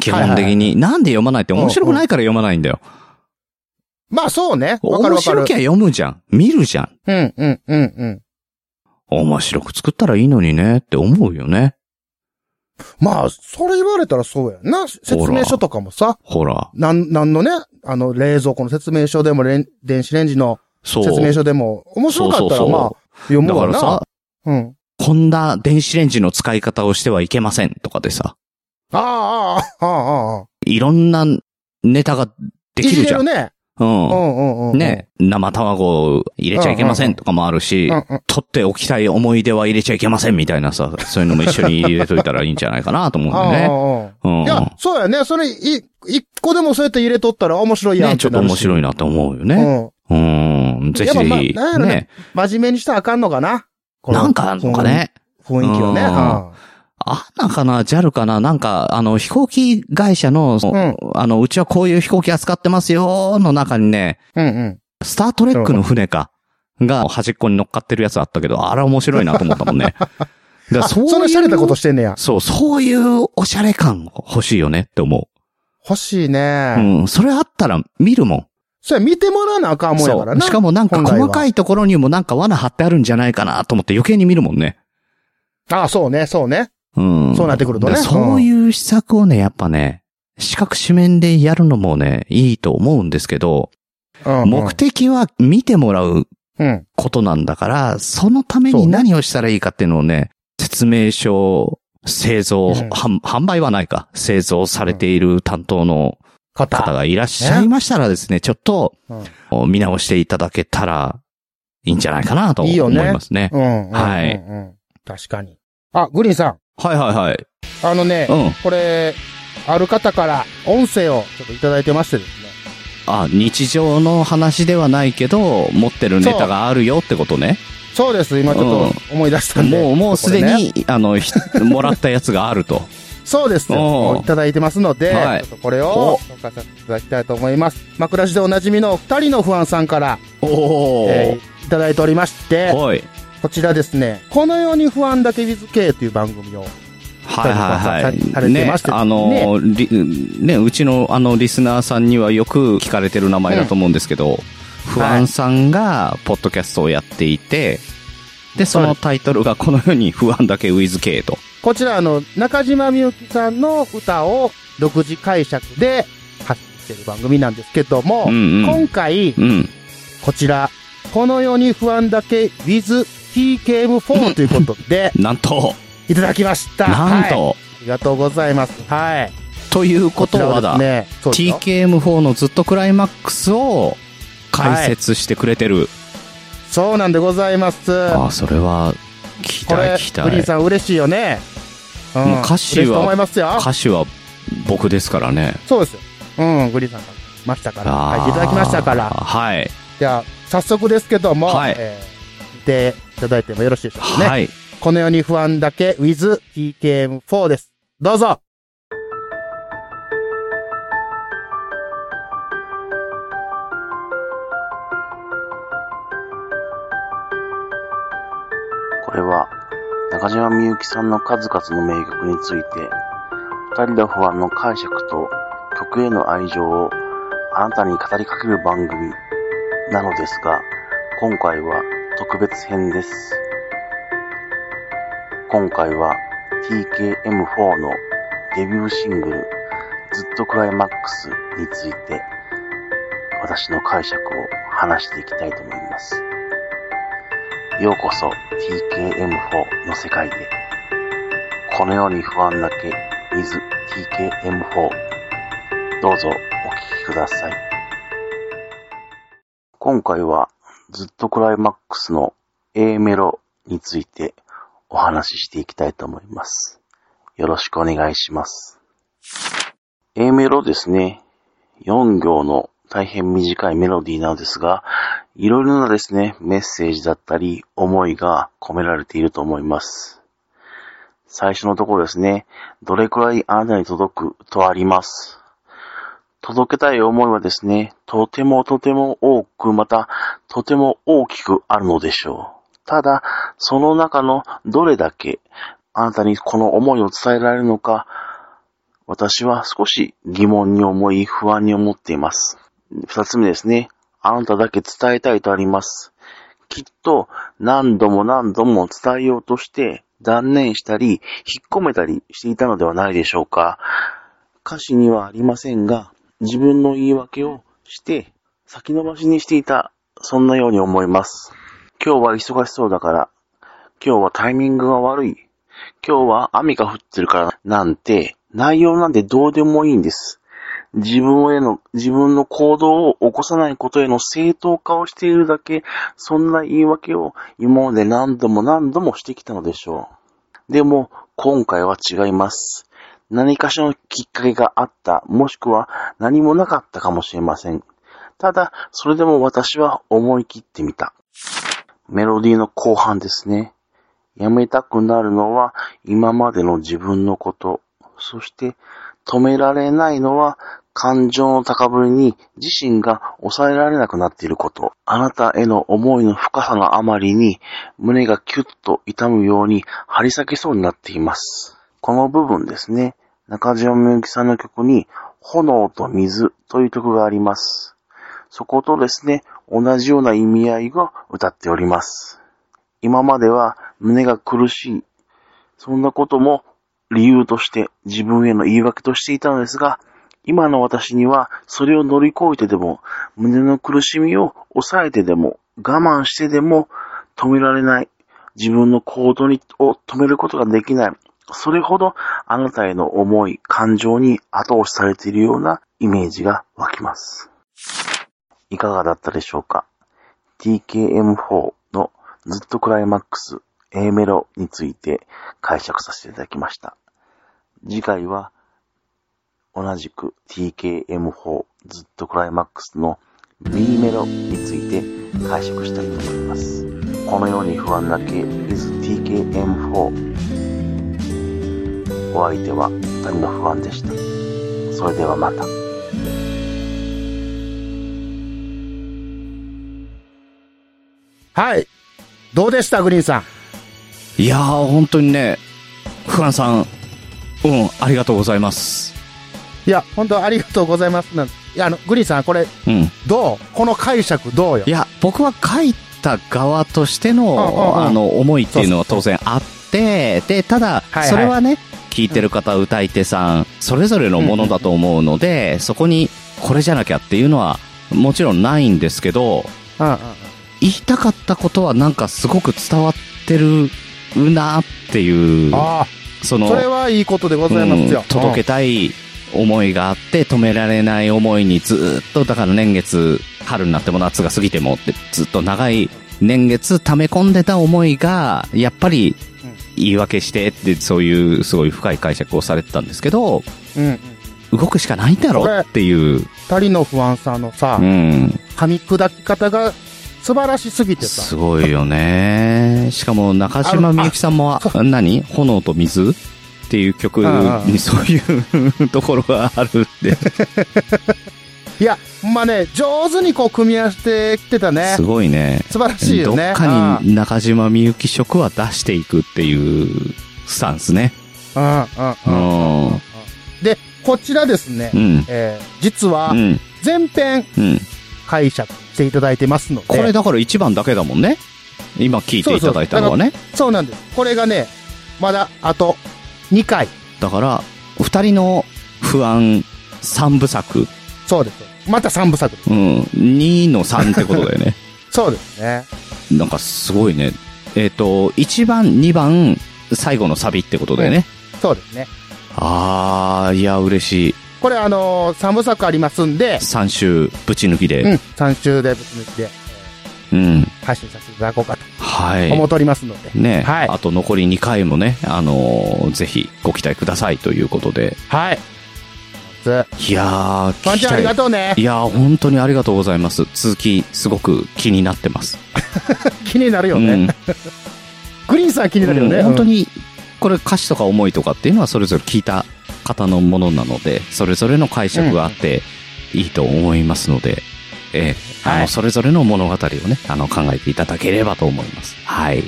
Speaker 1: 基本的に。なんで読まないって面白くないから読まないんだよ。
Speaker 2: まあそうね。わか
Speaker 1: 面
Speaker 2: るわかる
Speaker 1: 白き。ゃ読むじゃん。見るじゃん。
Speaker 2: うん、うん、うん、うん。
Speaker 1: 面白く作ったらいいのにねって思うよね。
Speaker 2: まあ、それ言われたらそうやんな。説明書とかもさ、
Speaker 1: ほら。
Speaker 2: なん、なんのね、あの、冷蔵庫の説明書でも、レン電子レンジの
Speaker 1: そう。
Speaker 2: 説明書でも、面白かったら、まあ、読む
Speaker 1: だか
Speaker 2: わ
Speaker 1: らさ
Speaker 2: な。、うん。
Speaker 1: こんな電子レンジの使い方をしてはいけませんとかでさ、
Speaker 2: ああ、ああ、ああ、ああ。
Speaker 1: いろんなネタがで
Speaker 2: い
Speaker 1: きる
Speaker 2: じ
Speaker 1: じ
Speaker 2: れ
Speaker 1: ゃ
Speaker 2: る
Speaker 1: ん。
Speaker 2: ね。
Speaker 1: う
Speaker 2: うん、
Speaker 1: ん。
Speaker 2: うん、うん。。
Speaker 1: ね、生卵を入れちゃいけませんとかもあるし
Speaker 2: うん、、うん。
Speaker 1: 取っておきたい思い出は入れちゃいけませんみたいなさ、そういうのも一緒に入れといたらいいんじゃないかなと思うん
Speaker 2: ああ、
Speaker 1: だよね。
Speaker 2: ああ。
Speaker 1: うん
Speaker 2: い。や、そうやね。それ、い、一個でもそうやって入れとったら面白いやん
Speaker 1: ね、ちょっと面白い
Speaker 2: な
Speaker 1: なと思うよ
Speaker 2: るし。
Speaker 1: ね。
Speaker 2: うん。
Speaker 1: うん。ぜひぜひ。
Speaker 2: やっぱまあなんやろね
Speaker 1: ね。
Speaker 2: 真面目にしたらあかんのかな。この
Speaker 1: なんかあんのか。ね。
Speaker 2: 雰囲気をね。
Speaker 1: うん
Speaker 2: うん
Speaker 1: あんなかな ?JAL かななんか、あの、飛行機会社の、そのあの、うちはこういう飛行機扱ってますよーの中にね、
Speaker 2: うんうん。
Speaker 1: スタートレックの船か、が端っこに乗っかってるやつあったけど、あれ面白いなと思ったもん
Speaker 2: *laughs*
Speaker 1: ね。だから
Speaker 2: あ、そんな洒落たことしてんねや。
Speaker 1: そう、そういうおしゃれ感欲しいよねって思。
Speaker 2: 欲しいうね。
Speaker 1: うん、それあったら見るもん。
Speaker 2: それ見てもらわなあかんもんやからな。
Speaker 1: そうしかもなんか
Speaker 2: 本来は
Speaker 1: 細かいところにもなんか罠張ってあるんじゃないかなと思って余計に見るもんね。
Speaker 2: ああ、そうね、そうね。
Speaker 1: うん。
Speaker 2: そうなってくるとね
Speaker 1: だからそういう施策をね、やっぱね、視覚紙面でやるのもね、いいと思うんですけど、
Speaker 2: うんうん
Speaker 1: 目的は見てもらう
Speaker 2: うん。
Speaker 1: ことなんだから、そのため
Speaker 2: そう
Speaker 1: に
Speaker 2: ね
Speaker 1: 何をしたらいいかっていうのをね、説明書、製造、
Speaker 2: うん
Speaker 1: 販販売はないか、製造されている担当の方
Speaker 2: 方。
Speaker 1: がいらっしゃいましたらですね、ちょっと
Speaker 2: うん
Speaker 1: 見直していただけたらいいんじゃないかなと
Speaker 2: い
Speaker 1: 思
Speaker 2: いよ
Speaker 1: い
Speaker 2: ね
Speaker 1: ますね。
Speaker 2: うんうん。
Speaker 1: はい
Speaker 2: うんうん。確かに。あ、グリーンさ
Speaker 1: はいはいはい。
Speaker 2: ん。あのね、
Speaker 1: うん。
Speaker 2: これ、ある方から音声をちょっといただいてましてですね。
Speaker 1: あ、日常の話ではないけど、持ってるネタがあるよってことね。
Speaker 2: そうです。今ちょっと思い出したんで。
Speaker 1: もう、もうすで
Speaker 2: これね。
Speaker 1: に、あの、ひもらったやつがある
Speaker 2: *laughs*
Speaker 1: と。
Speaker 2: そうです。
Speaker 1: うん
Speaker 2: もういただいてますので、
Speaker 1: はい
Speaker 2: ちょっとこれを紹介させていただきたいと思います。枕地でおなじみの二人の不安さんから、
Speaker 1: お
Speaker 2: えーいただいておりまして、
Speaker 1: はい。
Speaker 2: こちらですね、この世に不安だけ WithK という番組を。
Speaker 1: はいはいは
Speaker 2: さ
Speaker 1: い。
Speaker 2: されてまして
Speaker 1: ね、あの、りね、うちのあの、リスナーさんにはよく聞かれてる名前だと思うんですけど、不安さんが、ポッドキャストをやっていて、で、そのタイトルがこのように *laughs* 不安だけウィズ K と。
Speaker 2: こちら、あの、中島みゆきさんの歌を独自解釈で発信してる番組なんですけども、
Speaker 1: うんうん。
Speaker 2: 今回、
Speaker 1: うん。
Speaker 2: こちら、この世に不安だけ WithTKM4 ということ
Speaker 1: *laughs*
Speaker 2: で、
Speaker 1: なんと、
Speaker 2: いただきました。
Speaker 1: なん
Speaker 2: はい。
Speaker 1: と、
Speaker 2: ありがとうございます。はい。
Speaker 1: ということはだ、
Speaker 2: こちらですね、そうですよ
Speaker 1: TKM4 のずっとクライマックスを解説してくれてる。
Speaker 2: そうなんでございます。
Speaker 1: ああ、それは、聞き
Speaker 2: こ
Speaker 1: たい
Speaker 2: れ
Speaker 1: 聞き、た
Speaker 2: グリーン
Speaker 1: い。
Speaker 2: さん嬉しいよね。う
Speaker 1: もう歌詞は
Speaker 2: 嬉しいと思いますよ。
Speaker 1: 歌詞は僕ですからね。
Speaker 2: そうですよ。うん、グリーンさんが来ましたから、
Speaker 1: あー
Speaker 2: 書いていただきましたから。
Speaker 1: はい。
Speaker 2: じゃあ、早速ですけども、
Speaker 1: はい
Speaker 2: えー見ていただいてもよろしいでしょうかね。
Speaker 1: はい。
Speaker 2: この世に不安だけ with TKM4 です。どうぞ
Speaker 4: これは中島みゆきさんの数々の名曲について二人の不安の解釈と曲への愛情をあなたに語りかける番組なのですが、今回は特別編です。今回は TKM4 のデビューシングル、ずっとクライマックスについて、私の解釈を話していきたいと思います。ようこそ TKM4 の世界へ。このように不安だけ、水 TKM4。どうぞお聞きください。今回はずっとクライマックスの A メロについてお話ししていきたいと思います。よろしくお願いします。A メロですね。4行の大変短いメロディーなのですが、いろいろなですね、メッセージだったり思いが込められていると思います。最初のところですね、どれくらいあなたに届くとあります。届けたい思いはですね、とてもとても多く、またとても大きくあるのでしょう。ただ、その中のどれだけあなたにこの思いを伝えられるのか、私は少し疑問に思い不安に思っています。二つ目ですね。あなただけ伝えたいとあります。きっと何度も何度も伝えようとして断念したり、引っ込めたりしていたのではないでしょうか。歌詞にはありませんが、自分の言い訳をして、先延ばしにしていた、そんなように思います。今日は忙しそうだから、今日はタイミングが悪い、今日は雨が降ってるからなんて、内容なんてどうでもいいんです。自分への、自分の行動を起こさないことへの正当化をしているだけ、そんな言い訳を今まで何度も何度もしてきたのでしょう。でも、今回は違います。何かしらのきっかけがあった、もしくは何もなかったかもしれません。ただ、それでも私は思い切ってみた。メロディーの後半ですね。やめたくなるのは今までの自分のこと。そして、止められないのは感情の高ぶりに自身が抑えられなくなっていること。あなたへの思いの深さのあまりに胸がキュッと痛むように張り裂けそうになっています。この部分ですね。中島みゆきさんの曲に炎と水という曲があります。そことですね、同じような意味合いが歌っております。今までは胸が苦しい。そんなことも理由として自分への言い訳としていたのですが、今の私にはそれを乗り越えてでも、胸の苦しみを抑えてでも、我慢してでも止められない。自分の行動にを止めることができない。それほどあなたへの思い、感情に後押しされているようなイメージが湧きます。いかがだったでしょうか TKM4 のずっとクライマックス A メロについて解釈させていただきました。次回は同じく TKM4 ずっとクライマックスの B メロについて解釈したいと思います。このように不安だけ is TKM4 お相手は二人の不安でした。それではまた。
Speaker 2: はい。どうでした、グリーンさん。
Speaker 1: いやー、本当にね、フランさん、うん、ありがとうございます。
Speaker 2: いや、本当ありがとうございます。なんいや、あの、グリーンさん、これ、
Speaker 1: うん。
Speaker 2: どうこの解釈どうよ
Speaker 1: い。や、僕は書いた側として
Speaker 2: うんうんうん
Speaker 1: の、あの、思いっていうのは
Speaker 2: そう
Speaker 1: 当
Speaker 2: そ
Speaker 1: 然あって、で、ただ
Speaker 2: いは、い
Speaker 1: それはね、聞いてる方、歌い手さん、それぞれのものだと思うので、そこに、これじゃなきゃっていうのは、もちろんないんですけど、
Speaker 2: うんうんうん。
Speaker 1: 言いたかったことはなんかすごく伝わってるなっていう、
Speaker 2: ああ、
Speaker 1: その、
Speaker 2: それはいいことでございますよ。
Speaker 1: うん届けたい思いがあって止められない思いにずっとだから年月春になっても夏が過ぎてもってずっと長い年月溜め込んでた思いがやっぱり
Speaker 2: うん
Speaker 1: 言い訳してってそういうすごい深い解釈をされてたんですけど
Speaker 2: うん。うん。
Speaker 1: 動くしかないんだろうっていう、
Speaker 2: 二人の不安さんのさ
Speaker 1: う、ん、
Speaker 2: 噛み砕き方が素晴らしすぎてさ。
Speaker 1: すごいよねしかも中島みゆきさんも何炎と水っていう曲にそういうところがあるって
Speaker 2: いや、まあね、上手にこう、組み合わせてきてたね
Speaker 1: *laughs* す。ごいね
Speaker 2: 素晴らしいよね。
Speaker 1: どっかに中島みゆき色は出していくっていうスタンスね。
Speaker 2: う
Speaker 1: うん
Speaker 2: うんうん。
Speaker 1: ん。うん。
Speaker 2: で、こちらですね
Speaker 1: う、ん。
Speaker 2: えー実は
Speaker 1: う、ん。
Speaker 2: 前編
Speaker 1: うん。
Speaker 2: 解釈ししていただいてますので。
Speaker 1: これだから1番だけだもんね。今聞いていただいたのはね。
Speaker 2: そうなんです。これがね、まだあと2回。
Speaker 1: だから、2人の不安3部作、
Speaker 2: そうです。また3部作。
Speaker 1: うん、2の3ってことだよ *laughs* ね。
Speaker 2: そうですね。
Speaker 1: なんかすごいね。えっ、と、1番、2番、最後のサビってことだよね。
Speaker 2: そうですね。
Speaker 1: あー、いや、嬉しい。
Speaker 2: これあのー、3部作ありますんで、
Speaker 1: 3週、ぶち抜き
Speaker 2: うん、
Speaker 1: で。
Speaker 2: 3週でぶつ抜きで
Speaker 1: うん。
Speaker 2: 配信させていただこうかと
Speaker 1: は
Speaker 2: 思っ
Speaker 1: い。
Speaker 2: ておりますので。
Speaker 1: ね、
Speaker 2: はい
Speaker 1: あと残り2回もね、あのーぜひご期待くださいということで。
Speaker 2: はい。ず
Speaker 1: いやー、
Speaker 2: パンちゃんありがとうね
Speaker 1: い。いやー、本当にありがとうございます。続き、すごく気になってます。
Speaker 2: 気になるよね。
Speaker 1: うん
Speaker 2: グリーンさん気になるよね。
Speaker 1: うん本当に、これ歌詞とか思いとかっていうのはそれぞれ聞いた方のものなので、それぞれの解釈があっていいと思いますので、えーあ
Speaker 2: は
Speaker 1: の、
Speaker 2: い
Speaker 1: それぞれの物語をね、あの、考えていただければと思います。はい。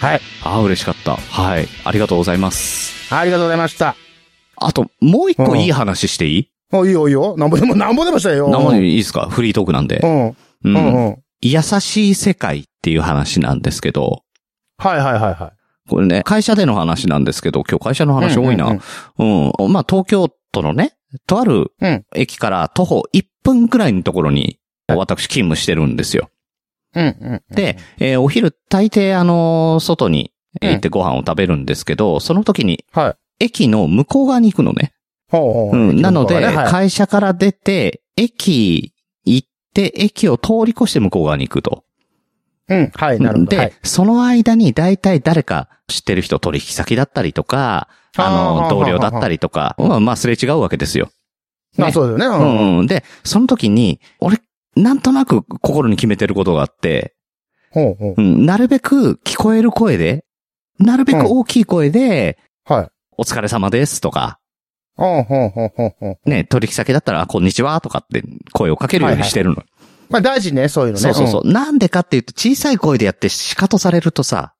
Speaker 2: はい。
Speaker 1: あー、嬉しかった。はい。ありがとうございます。
Speaker 2: ありがとうございました。
Speaker 1: あと、もう一
Speaker 2: う
Speaker 1: 個
Speaker 2: ん
Speaker 1: いい話していい
Speaker 2: もういいよいいよ。なんぼでも、なんぼでもしたよ。
Speaker 1: 何もいいですかフリートークなんで
Speaker 2: う。ん。
Speaker 1: う。
Speaker 2: うん。うんん。
Speaker 1: 優しい世界っていう話なんですけど、
Speaker 2: はいはいはいは
Speaker 1: これね、会社での話なんですけど、今日会社の
Speaker 2: い。
Speaker 1: 話多いな。
Speaker 2: うんうん
Speaker 1: うん。まあ、東京都のね、とある
Speaker 2: うん
Speaker 1: 駅から徒歩1分くらいのところに、私勤務してるんですよ。
Speaker 2: うんうん。
Speaker 1: で、えーお昼大抵あのー外にえー行ってご飯を食べるんですけど、その時に
Speaker 2: はい。
Speaker 1: 駅の向こう側に行くのね。
Speaker 2: ほうほう。
Speaker 1: うん。なので、
Speaker 2: はいはい
Speaker 1: 会社から出て、駅行って、駅を通り越して向こう側に行くと。
Speaker 2: うん。はい、なるほど。
Speaker 1: で、
Speaker 2: はい
Speaker 1: その間に大体誰か知ってる人、取引先だったりとか、あ
Speaker 2: あー
Speaker 1: の、同僚だったりとか、まあ、まあ、すれ違うわけですよ。
Speaker 2: まあ
Speaker 1: ね
Speaker 2: そうだよね。うん
Speaker 1: うんうん。で、その時に、俺、なんとなく心に決めてることがあって、
Speaker 2: ほうほ
Speaker 1: うん、なるべく聞こえる声で、なるべく大きい声で、
Speaker 2: う。はい。
Speaker 1: お疲れ様ですとか、
Speaker 2: ほうほうほうほうほう。
Speaker 1: ね、取引先だったら、あこんにちはとかって声をかけるようにしてるの。
Speaker 2: まあ大事ね、そういうのね。
Speaker 1: そうそうそう。なんでかっていうと、小さい声でやって仕方されるとさ、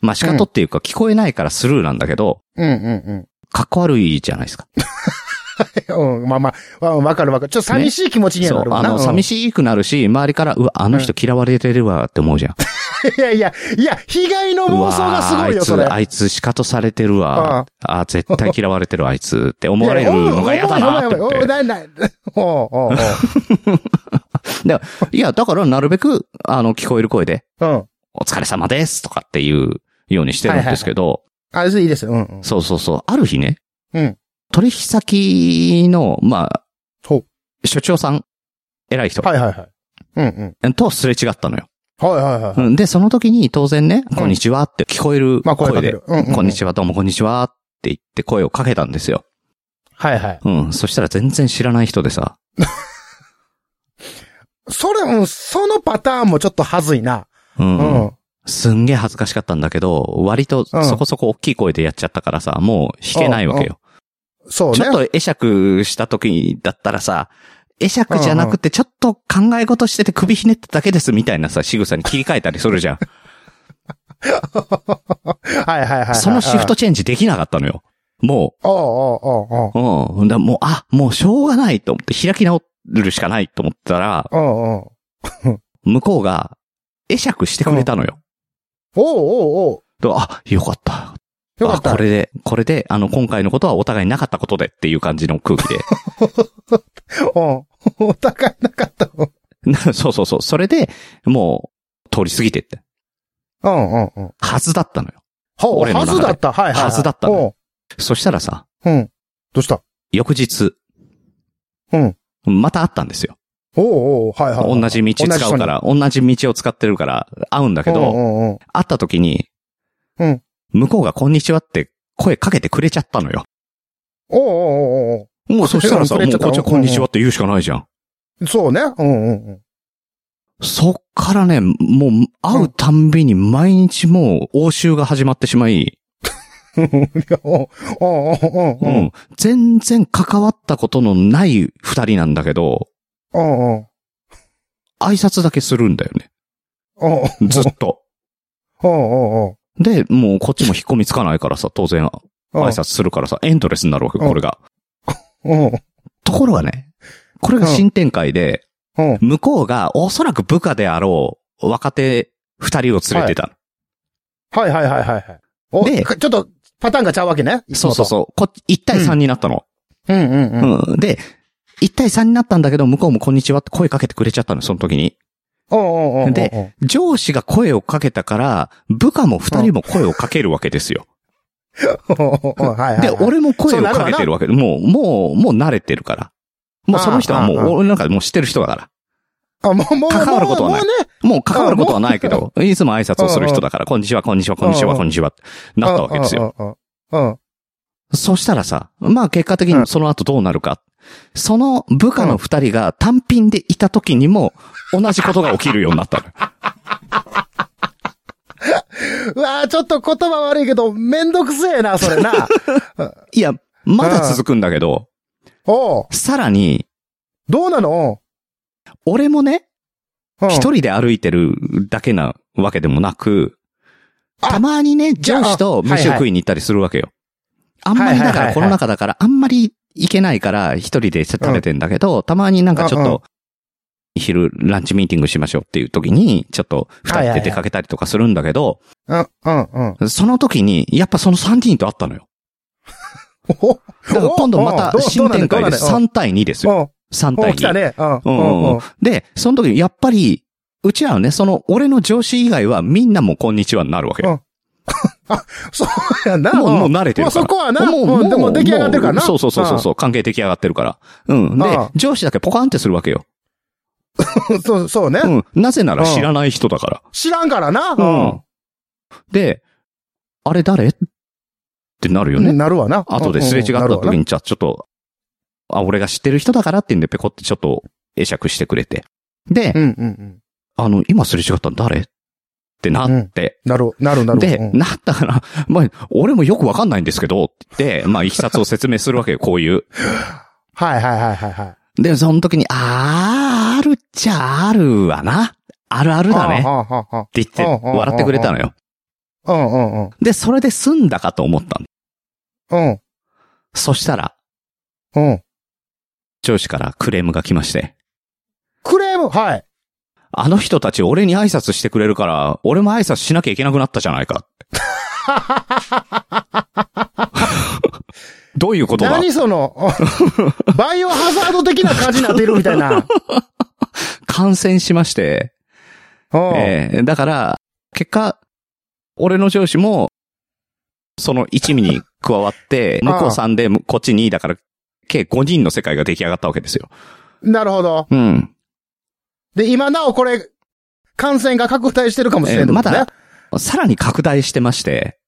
Speaker 1: まあ仕方っていうか聞こえないからスルーなんだけど、
Speaker 2: うん。うんうん
Speaker 1: かっこ悪いじゃないですか。
Speaker 2: うん。 *laughs* うん、まあまあ、うんわかるわかる。ちょっと寂しい気持ちには
Speaker 1: そ
Speaker 2: な
Speaker 1: う
Speaker 2: る。わ
Speaker 1: あ
Speaker 2: な。
Speaker 1: の、
Speaker 2: うん
Speaker 1: 寂しくなるし、周りから、うわ、あの人嫌われてるわって思う
Speaker 2: *laughs*
Speaker 1: じゃん。
Speaker 2: *laughs* いやいや、いや、被害の妄
Speaker 1: うわ
Speaker 2: 想がすごいよ、それ。
Speaker 1: あいつ、あいつ、仕方されてるわ。ああ、絶対嫌われてるわあいつって思われるのが嫌だなって思って。
Speaker 2: ないない。お *laughs* うおう
Speaker 1: いや、だから、なるべく、あの、聞こえる声で、
Speaker 2: おう。うん。
Speaker 1: お疲れ様ですとかっていうようにしてるんですけど、
Speaker 2: あ、それいいですよ。うんうん。
Speaker 1: そうそうそう、ある日ね、
Speaker 2: うん
Speaker 1: 取引先の、まあ、
Speaker 2: ほう
Speaker 1: 所長さん、偉い人、
Speaker 2: はいはいはい。うんうん。
Speaker 1: とすれ違ったのよ。
Speaker 2: はいはいはい。
Speaker 1: うんで、その時に当然ね、こんにちはって聞こえる
Speaker 2: まあ、声か
Speaker 1: 声
Speaker 2: け
Speaker 1: で
Speaker 2: る、。うんうん。
Speaker 1: こんにちは、どうもこんにちはって言って声をかけたんですよ。
Speaker 2: は。はいはい。
Speaker 1: うん。そしたら全然知らない人でさ。
Speaker 2: それ、うん、そのパターンもちょっとはずいな。
Speaker 1: う。
Speaker 2: うんん。
Speaker 1: すんげえ恥ずかしかったんだけど、割と
Speaker 2: うん
Speaker 1: そこそこ大きい声でやっちゃったからさ、もう弾けないわけよ。
Speaker 2: そうね。
Speaker 1: ちょっと会釈した時だったらさ、会釈じゃなくてちょっと考え事してて首ひねっただけですみたいなさ、仕草に切り替えたりするじ
Speaker 2: *laughs*
Speaker 1: ゃん。
Speaker 2: はいはいはいはい。
Speaker 1: そのシフトチェンジできなかったのよ。も
Speaker 2: おうおうおうおう
Speaker 1: う、うん。だもう、あ、もうしょうがないと思って開き直るしかないと思ったら、
Speaker 2: おうおう
Speaker 1: 向こうが会釈してくれたのよ。
Speaker 2: おうおうお
Speaker 1: であ、よかった。
Speaker 2: うよかった。
Speaker 1: あこれで、これで、あの、今回のことはお互いなかったことでっていう感じの空気で。 *laughs*
Speaker 2: うん。 *laughs* お互いなかった。うん
Speaker 1: なそうそうそう。それで、もう、通り過ぎてって。
Speaker 2: うんうん。
Speaker 1: はずだったのよ。
Speaker 2: ほう、
Speaker 1: 俺の
Speaker 2: は
Speaker 1: 中
Speaker 2: ず
Speaker 1: で
Speaker 2: だった。はいはいはい。
Speaker 1: はずだったの
Speaker 2: おう
Speaker 1: そしたらさ、
Speaker 2: うん。どうした
Speaker 1: 翌日。
Speaker 2: うん。
Speaker 1: また会ったんですよ。
Speaker 2: おうおう、はいはいはい。
Speaker 1: 同じ道使うから、同じ道を使ってるから、会うんだけ
Speaker 2: う
Speaker 1: ど、
Speaker 2: んうんうん
Speaker 1: 会った時に、
Speaker 2: うん
Speaker 1: 向こうがこんにちはって声かけてくれちゃったのよ。
Speaker 2: おうおうおうお
Speaker 1: もうそしたらさ、
Speaker 2: く
Speaker 1: もう
Speaker 2: れちゃった
Speaker 1: こっちはこんにちはって言うしかないじゃん。
Speaker 2: うそうね。うんうん *laughs* うん。
Speaker 1: そっからね、もう、会うたんびに毎日もう、応酬が始まってしまい、
Speaker 2: おうおうおう
Speaker 1: う。
Speaker 2: おうん
Speaker 1: 全然関わったことのない二人なんだけど、
Speaker 2: おう
Speaker 1: 挨拶だけするんだよね。
Speaker 2: おう
Speaker 1: ずっ
Speaker 2: *laughs*
Speaker 1: と。
Speaker 2: おうおう
Speaker 1: で、もうこっちも引っ込みつかないからさ、当然、
Speaker 2: おう
Speaker 1: 挨拶するからさ、エントレスになるわけ、
Speaker 2: うん
Speaker 1: これが。
Speaker 2: おう
Speaker 1: ところがね、これが新展開で、
Speaker 2: うん。
Speaker 1: 向こうがおそらく部下であろう若手二人を連れてたの。
Speaker 2: はいはいはいはいはい。お、
Speaker 1: で
Speaker 2: かちょっと、パターンがちゃうわけね。いつ
Speaker 1: そ
Speaker 2: も
Speaker 1: う
Speaker 2: と
Speaker 1: そうそう。こ、1対3になったの。
Speaker 2: う。うんうんうん。
Speaker 1: うん。で、1対3になったんだけど、向こうもこんにちはって声かけてくれちゃったの、その時に。
Speaker 2: おうおうおうおう
Speaker 1: で、上司が声をかけたから、部下も二人も声をかけるわけですよ。
Speaker 2: おうおうおうはいはいはい。
Speaker 1: で、俺も声をかけてるわけで、もう、もう、もう慣れてるから。もうその人はもう
Speaker 2: ああああ、
Speaker 1: 俺なんかもう知ってる人だから。
Speaker 2: あ、もう、もう、
Speaker 1: 関わることはない
Speaker 2: もうね、
Speaker 1: もう関わることはないけ
Speaker 2: *laughs*
Speaker 1: ど、いつも挨拶をする人だから、こんにちは、こんにちは、こんにち
Speaker 2: うん
Speaker 1: は、
Speaker 2: うん
Speaker 1: こんにちは、ってなったわけですよ。
Speaker 2: うん。うん。うん
Speaker 1: そしたらさ、まあ結果的
Speaker 2: うん
Speaker 1: にその後どうなるか。その部下の二人が単品でいた時にも、同じことが起きるようになったの。
Speaker 2: うわーちょっと言葉悪いけど、めんどくせえな、そ
Speaker 1: *laughs*
Speaker 2: れな。
Speaker 1: いや、まだ続くんだけど、
Speaker 2: おう
Speaker 1: さらに、
Speaker 2: どうなの
Speaker 1: 俺もね、
Speaker 2: うん
Speaker 1: 一人で歩いてるだけなわけでもなく、
Speaker 2: あ
Speaker 1: たまにね、
Speaker 2: じゃあ
Speaker 1: 上司と飯を食いに行ったりするわけよ。あんまりだ
Speaker 2: はいはい
Speaker 1: か
Speaker 2: はいは
Speaker 1: ら、
Speaker 2: い
Speaker 1: コロナ禍だから、あんまり行けないから、一人で食べてんだけど、たまになんかちょっ
Speaker 2: うんうん
Speaker 1: と、昼ランチミーティングしましょうっていう時に、ちょっと二人
Speaker 2: はいはい
Speaker 1: で
Speaker 2: はい
Speaker 1: 出かけたりとかするんだけど、
Speaker 2: うん、うん、うん。
Speaker 1: その時に、やっぱその3人と会ったのよ。
Speaker 2: お
Speaker 1: だから今度また新展開です。3対2ですよ。
Speaker 2: お
Speaker 1: 3
Speaker 2: お
Speaker 1: 対
Speaker 2: 来た
Speaker 1: 2。
Speaker 2: ね。うん、
Speaker 1: う
Speaker 2: うんん、うん。
Speaker 1: で、その時にやっぱり、うちらはね、その、俺の上司以外はみんなもうこんにちはになるわけよ。
Speaker 2: そうやな。
Speaker 1: もう、
Speaker 2: ん
Speaker 1: もう慣れてるから。
Speaker 2: もうそこはな。もう、でも出来上がってるからな。
Speaker 1: そうそうそうそうそう、関係出来上がってるから。うん。で
Speaker 2: うん、
Speaker 1: 上司だけポカンってするわけよ。
Speaker 2: うん。そう、そうね
Speaker 1: う。ん。なぜなら
Speaker 2: うん
Speaker 1: 知らない人だか
Speaker 2: 知らんからな。
Speaker 1: ら。うん。で、あれ誰ってなるよ
Speaker 2: うん
Speaker 1: ね。
Speaker 2: なるわな。
Speaker 1: 後ですれ違った
Speaker 2: うんう
Speaker 1: 時
Speaker 2: んなるわな
Speaker 1: に、じゃあちょっと、あ、俺が知ってる人だからってんで、ペコってちょっと会釈してくれて。で
Speaker 2: う、んうんうん。
Speaker 1: あの、今すれ違ったの誰ってなって、
Speaker 2: なる、なるなる。
Speaker 1: で、
Speaker 2: うん
Speaker 1: なったから、 *laughs* まあ、俺もよくわかんないんですけど、って、まあ、いきさつを説明するわ
Speaker 2: *laughs*
Speaker 1: けよ、こういう。
Speaker 2: はいはいはいはいはい。
Speaker 1: で、その時に、あー、あるっちゃあるわな。あるあるだね。っ
Speaker 2: はあはあは
Speaker 1: て言って、
Speaker 2: うんうんうんうん
Speaker 1: 笑ってくれたのよ。
Speaker 2: あうんうんうん。
Speaker 1: で、それで済んだかと思ったの
Speaker 2: うん。
Speaker 1: そしたら、
Speaker 2: うん。
Speaker 1: 上司からクレームが来まして、
Speaker 2: クレームはい。
Speaker 1: あの人たち俺に挨拶してくれるから、俺も挨拶しなきゃいけなくなったじゃない
Speaker 2: *laughs*
Speaker 1: か。どういうことだ
Speaker 2: 何その、 *laughs* バイオハザード的な感じになってるみた
Speaker 1: *laughs*
Speaker 2: いな。
Speaker 1: 感染しまして、
Speaker 2: うん
Speaker 1: ええだから、結果、俺の上司も、その一味に加わ
Speaker 2: *laughs*
Speaker 1: って、
Speaker 2: ああ
Speaker 1: 向こう3で、こっち2だから、計5人の世界が出来上がったわけですよ。
Speaker 2: なるほど。
Speaker 1: うん。
Speaker 2: で、今なおこれ、感染が拡大してるかもしれん
Speaker 1: えー
Speaker 2: とね。
Speaker 1: まだ、さらに拡大してまして、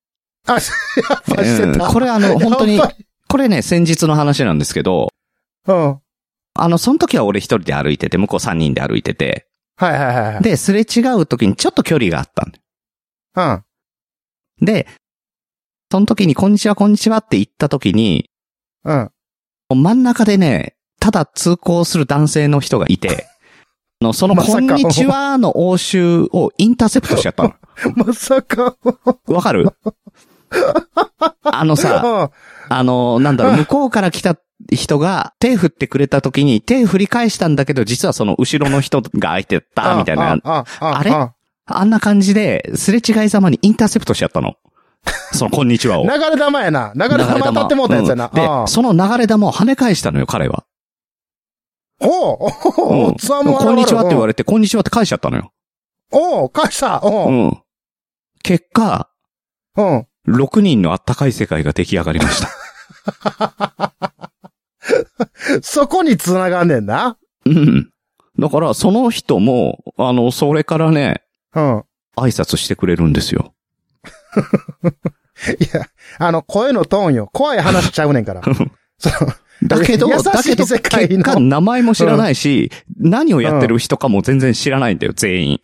Speaker 2: あ、やっぱして
Speaker 1: うん
Speaker 2: た。
Speaker 1: これあ
Speaker 2: *laughs*
Speaker 1: の、本当に
Speaker 2: やっ、ぱり
Speaker 1: これね、先日の話なんですけど、
Speaker 2: うん。はい
Speaker 1: あの、その時は俺一人で歩いてて、向こう3人で歩いてて、
Speaker 2: はいはいはい。
Speaker 1: で、すれ違う時にちょっと距離があったん
Speaker 2: うん。
Speaker 1: で、その時に、こんにちは、こんにちはって言った時に、
Speaker 2: うん。
Speaker 1: 真ん中でね、ただ通行する男性の人がいて、 *laughs* あのその、
Speaker 2: まさか
Speaker 1: こんにちはの応酬をインターセプトしちゃったの。
Speaker 2: まさか。
Speaker 1: わかるあのさ、あの、なんだろう、向こうから来た人が手振ってくれた時に手振り返したんだけど、実はその後ろの人が空いてた、みたいな、
Speaker 2: あ
Speaker 1: あれあんな感じで、すれ違いざまにインターセプトしちゃったの。その、こんにちはを。
Speaker 2: 流れ玉やな。流れ玉当たってもうたやつやな。
Speaker 1: うんで
Speaker 2: あ、あ
Speaker 1: その流れ玉を跳ね返したのよ、彼は。
Speaker 2: おうおうお
Speaker 1: う
Speaker 2: うんツアーも
Speaker 1: こんにちはって言わ
Speaker 2: れ
Speaker 1: れて、こんにちはって返しちゃったのよ。
Speaker 2: おう返した。お
Speaker 1: う。
Speaker 2: うん
Speaker 1: 結果、
Speaker 2: うん。
Speaker 1: 6人のあったかい世界が出来上がりま
Speaker 2: *laughs*
Speaker 1: した。
Speaker 2: そこに繋がんねんな。
Speaker 1: うん。だから、その人も、あの、それからね、
Speaker 2: うん。
Speaker 1: 挨拶してくれるんですよ。
Speaker 2: いや、あの、声のトーンよ。怖い話しちゃうねんから。そう
Speaker 1: だけど、
Speaker 2: 優しい
Speaker 1: だけど、
Speaker 2: 世界の
Speaker 1: 結果、名前も知らないし、何をやってる人かも全然知らないんだよ、全員。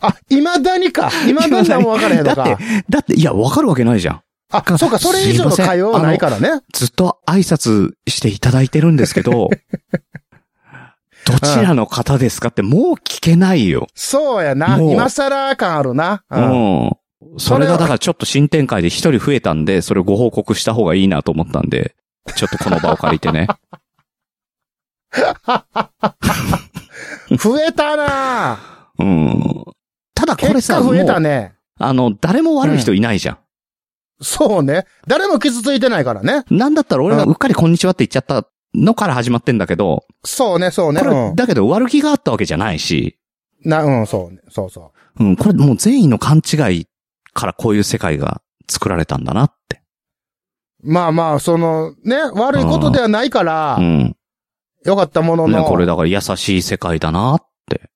Speaker 2: あ、未だにか。未だに何も分からへんの
Speaker 1: *laughs* だ
Speaker 2: か
Speaker 1: っ。て、だって、いや、わかるわけないじゃん。
Speaker 2: あ、そうか、それ以上の会話はないからね。
Speaker 1: ずっと挨拶していただいてるんですけ
Speaker 2: *laughs*
Speaker 1: ど、どちらの方ですかってもう聞けないよ。
Speaker 2: そうやな。
Speaker 1: もう
Speaker 2: 今更感あるな。う。
Speaker 1: うんん。それがだからちょっと新展開で一人増えたんで、そ *laughs* れをご報告した方がいいなと思ったんで、ちょっとこの場を借りてね。
Speaker 2: 増えたな
Speaker 1: う
Speaker 2: ぁ
Speaker 1: ん。ただこれ
Speaker 2: 結
Speaker 1: さ、
Speaker 2: 果増えた
Speaker 1: もう、
Speaker 2: ね。
Speaker 1: あの、誰も悪い人いないじゃん。
Speaker 2: そうね。誰も傷ついてないからね。
Speaker 1: なんだったら俺がうっかりこんにちはって言っちゃったのから始まってんだけど、
Speaker 2: そうね、そうね。
Speaker 1: これ、
Speaker 2: うん、
Speaker 1: だけど悪気があったわけじゃないし、
Speaker 2: な、うん、そうね。そうそ
Speaker 1: うん、これもう善意の勘違いからこういう世界が作られたんだなって。
Speaker 2: う。まあまあ、その、ね、悪いことではないから、
Speaker 1: うん。
Speaker 2: よかったもの
Speaker 1: ね
Speaker 2: の、、
Speaker 1: これだから優しい世界だなって。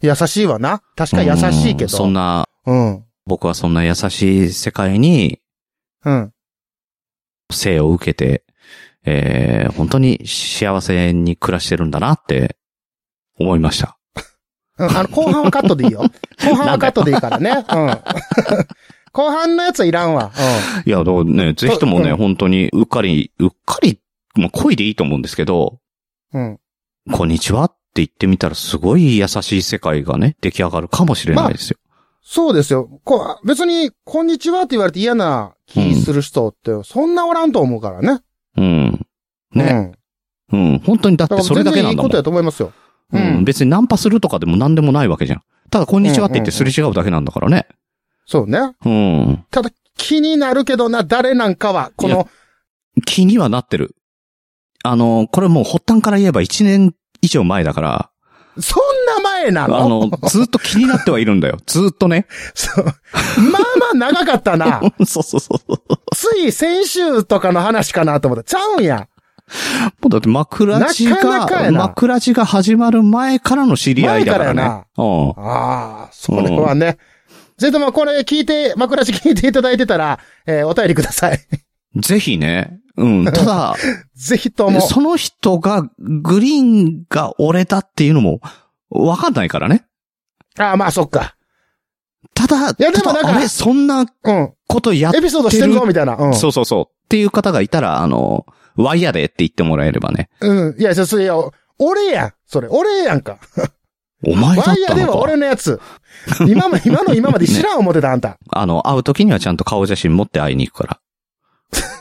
Speaker 2: 優しいわな。確か優しいけ
Speaker 1: うん
Speaker 2: ど。
Speaker 1: そんな、
Speaker 2: うん。
Speaker 1: 僕はそんな優しい世界に
Speaker 2: うん。
Speaker 1: 生を受けて、えー、本当に幸せに暮らしてるんだなって思いました。
Speaker 2: うん、あの、後半はカッ
Speaker 1: *laughs*
Speaker 2: トでいいよ。後半はカットでいいからね。うん。 *laughs* 後半のやつはいらんわ。
Speaker 1: いや、だからね、ぜひともね、
Speaker 2: うん
Speaker 1: 本当にうっかり、うっかり、まあ、恋でいいと思うんですけど、
Speaker 2: うん。うん。
Speaker 1: こんにちはって言ってみたらすごい優しい世界がね、出来上がるかもしれないですよ。
Speaker 2: そうですよ。こう別に、こんにちはって言われて嫌な気する人って、そんなおらんと思うからね。
Speaker 1: うん。ね、
Speaker 2: うん。
Speaker 1: うん。本当にだっ
Speaker 2: だ
Speaker 1: て
Speaker 2: から
Speaker 1: それ
Speaker 2: 全
Speaker 1: だけ
Speaker 2: 然
Speaker 1: ないん
Speaker 2: い
Speaker 1: だ
Speaker 2: こ
Speaker 1: もん
Speaker 2: と。やと思いますよ。う
Speaker 1: うんん。。別にナンパするとかでも何でもないわけじゃん。ただ、こんにちはって言ってすれ違うだけなんだからね。
Speaker 2: そうね。
Speaker 1: うん。
Speaker 2: ただ、気になるけどな、誰なんかは、こ
Speaker 1: い
Speaker 2: の、
Speaker 1: 気にはなってる。あの、これもう発端から言えば1年以上前だから、
Speaker 2: そんな前な
Speaker 1: あ
Speaker 2: の
Speaker 1: の、ずっと気になってはいるんだよ。ずっとね。
Speaker 2: *laughs* そう。まあまあ長かったな。
Speaker 1: *laughs* そうそうそうそう。
Speaker 2: つい先週とかの話かなと思った。ちゃうんや。
Speaker 1: もうだって枕地
Speaker 2: なかなかや
Speaker 1: が、
Speaker 2: な
Speaker 1: 枕地が始まる前からの知り合いだからね。
Speaker 2: 前か
Speaker 1: うん。
Speaker 2: ああ、それはね。ぜひともこれ聞いて、枕し聞いていただいてたら、えーお便りください。 *laughs*
Speaker 1: ぜひね。うん。ただ、
Speaker 2: ぜひとも。
Speaker 1: その人が、グリーンが俺だっていうのも、わかんないからね。
Speaker 2: ああ、まあそっか。
Speaker 1: ただ、
Speaker 2: やでも
Speaker 1: ただ
Speaker 2: なんか
Speaker 1: あれ、そんな
Speaker 2: うん。
Speaker 1: ことやっ
Speaker 2: エピソードしてるぞ、みたいな。うん。
Speaker 1: そうそうそう。っていう方がいたら、あの、ワイヤーでって言ってもらえればね。
Speaker 2: うん。いや、そそれ、いや、俺やん。それ、俺やんか。
Speaker 1: お前だったの
Speaker 2: ワイヤ
Speaker 1: か
Speaker 2: ーでは俺のやつ。今も、今の今まで知らん思ってた、あんた。
Speaker 1: あの、会う時にはちゃんと顔写真持って会いに行くから。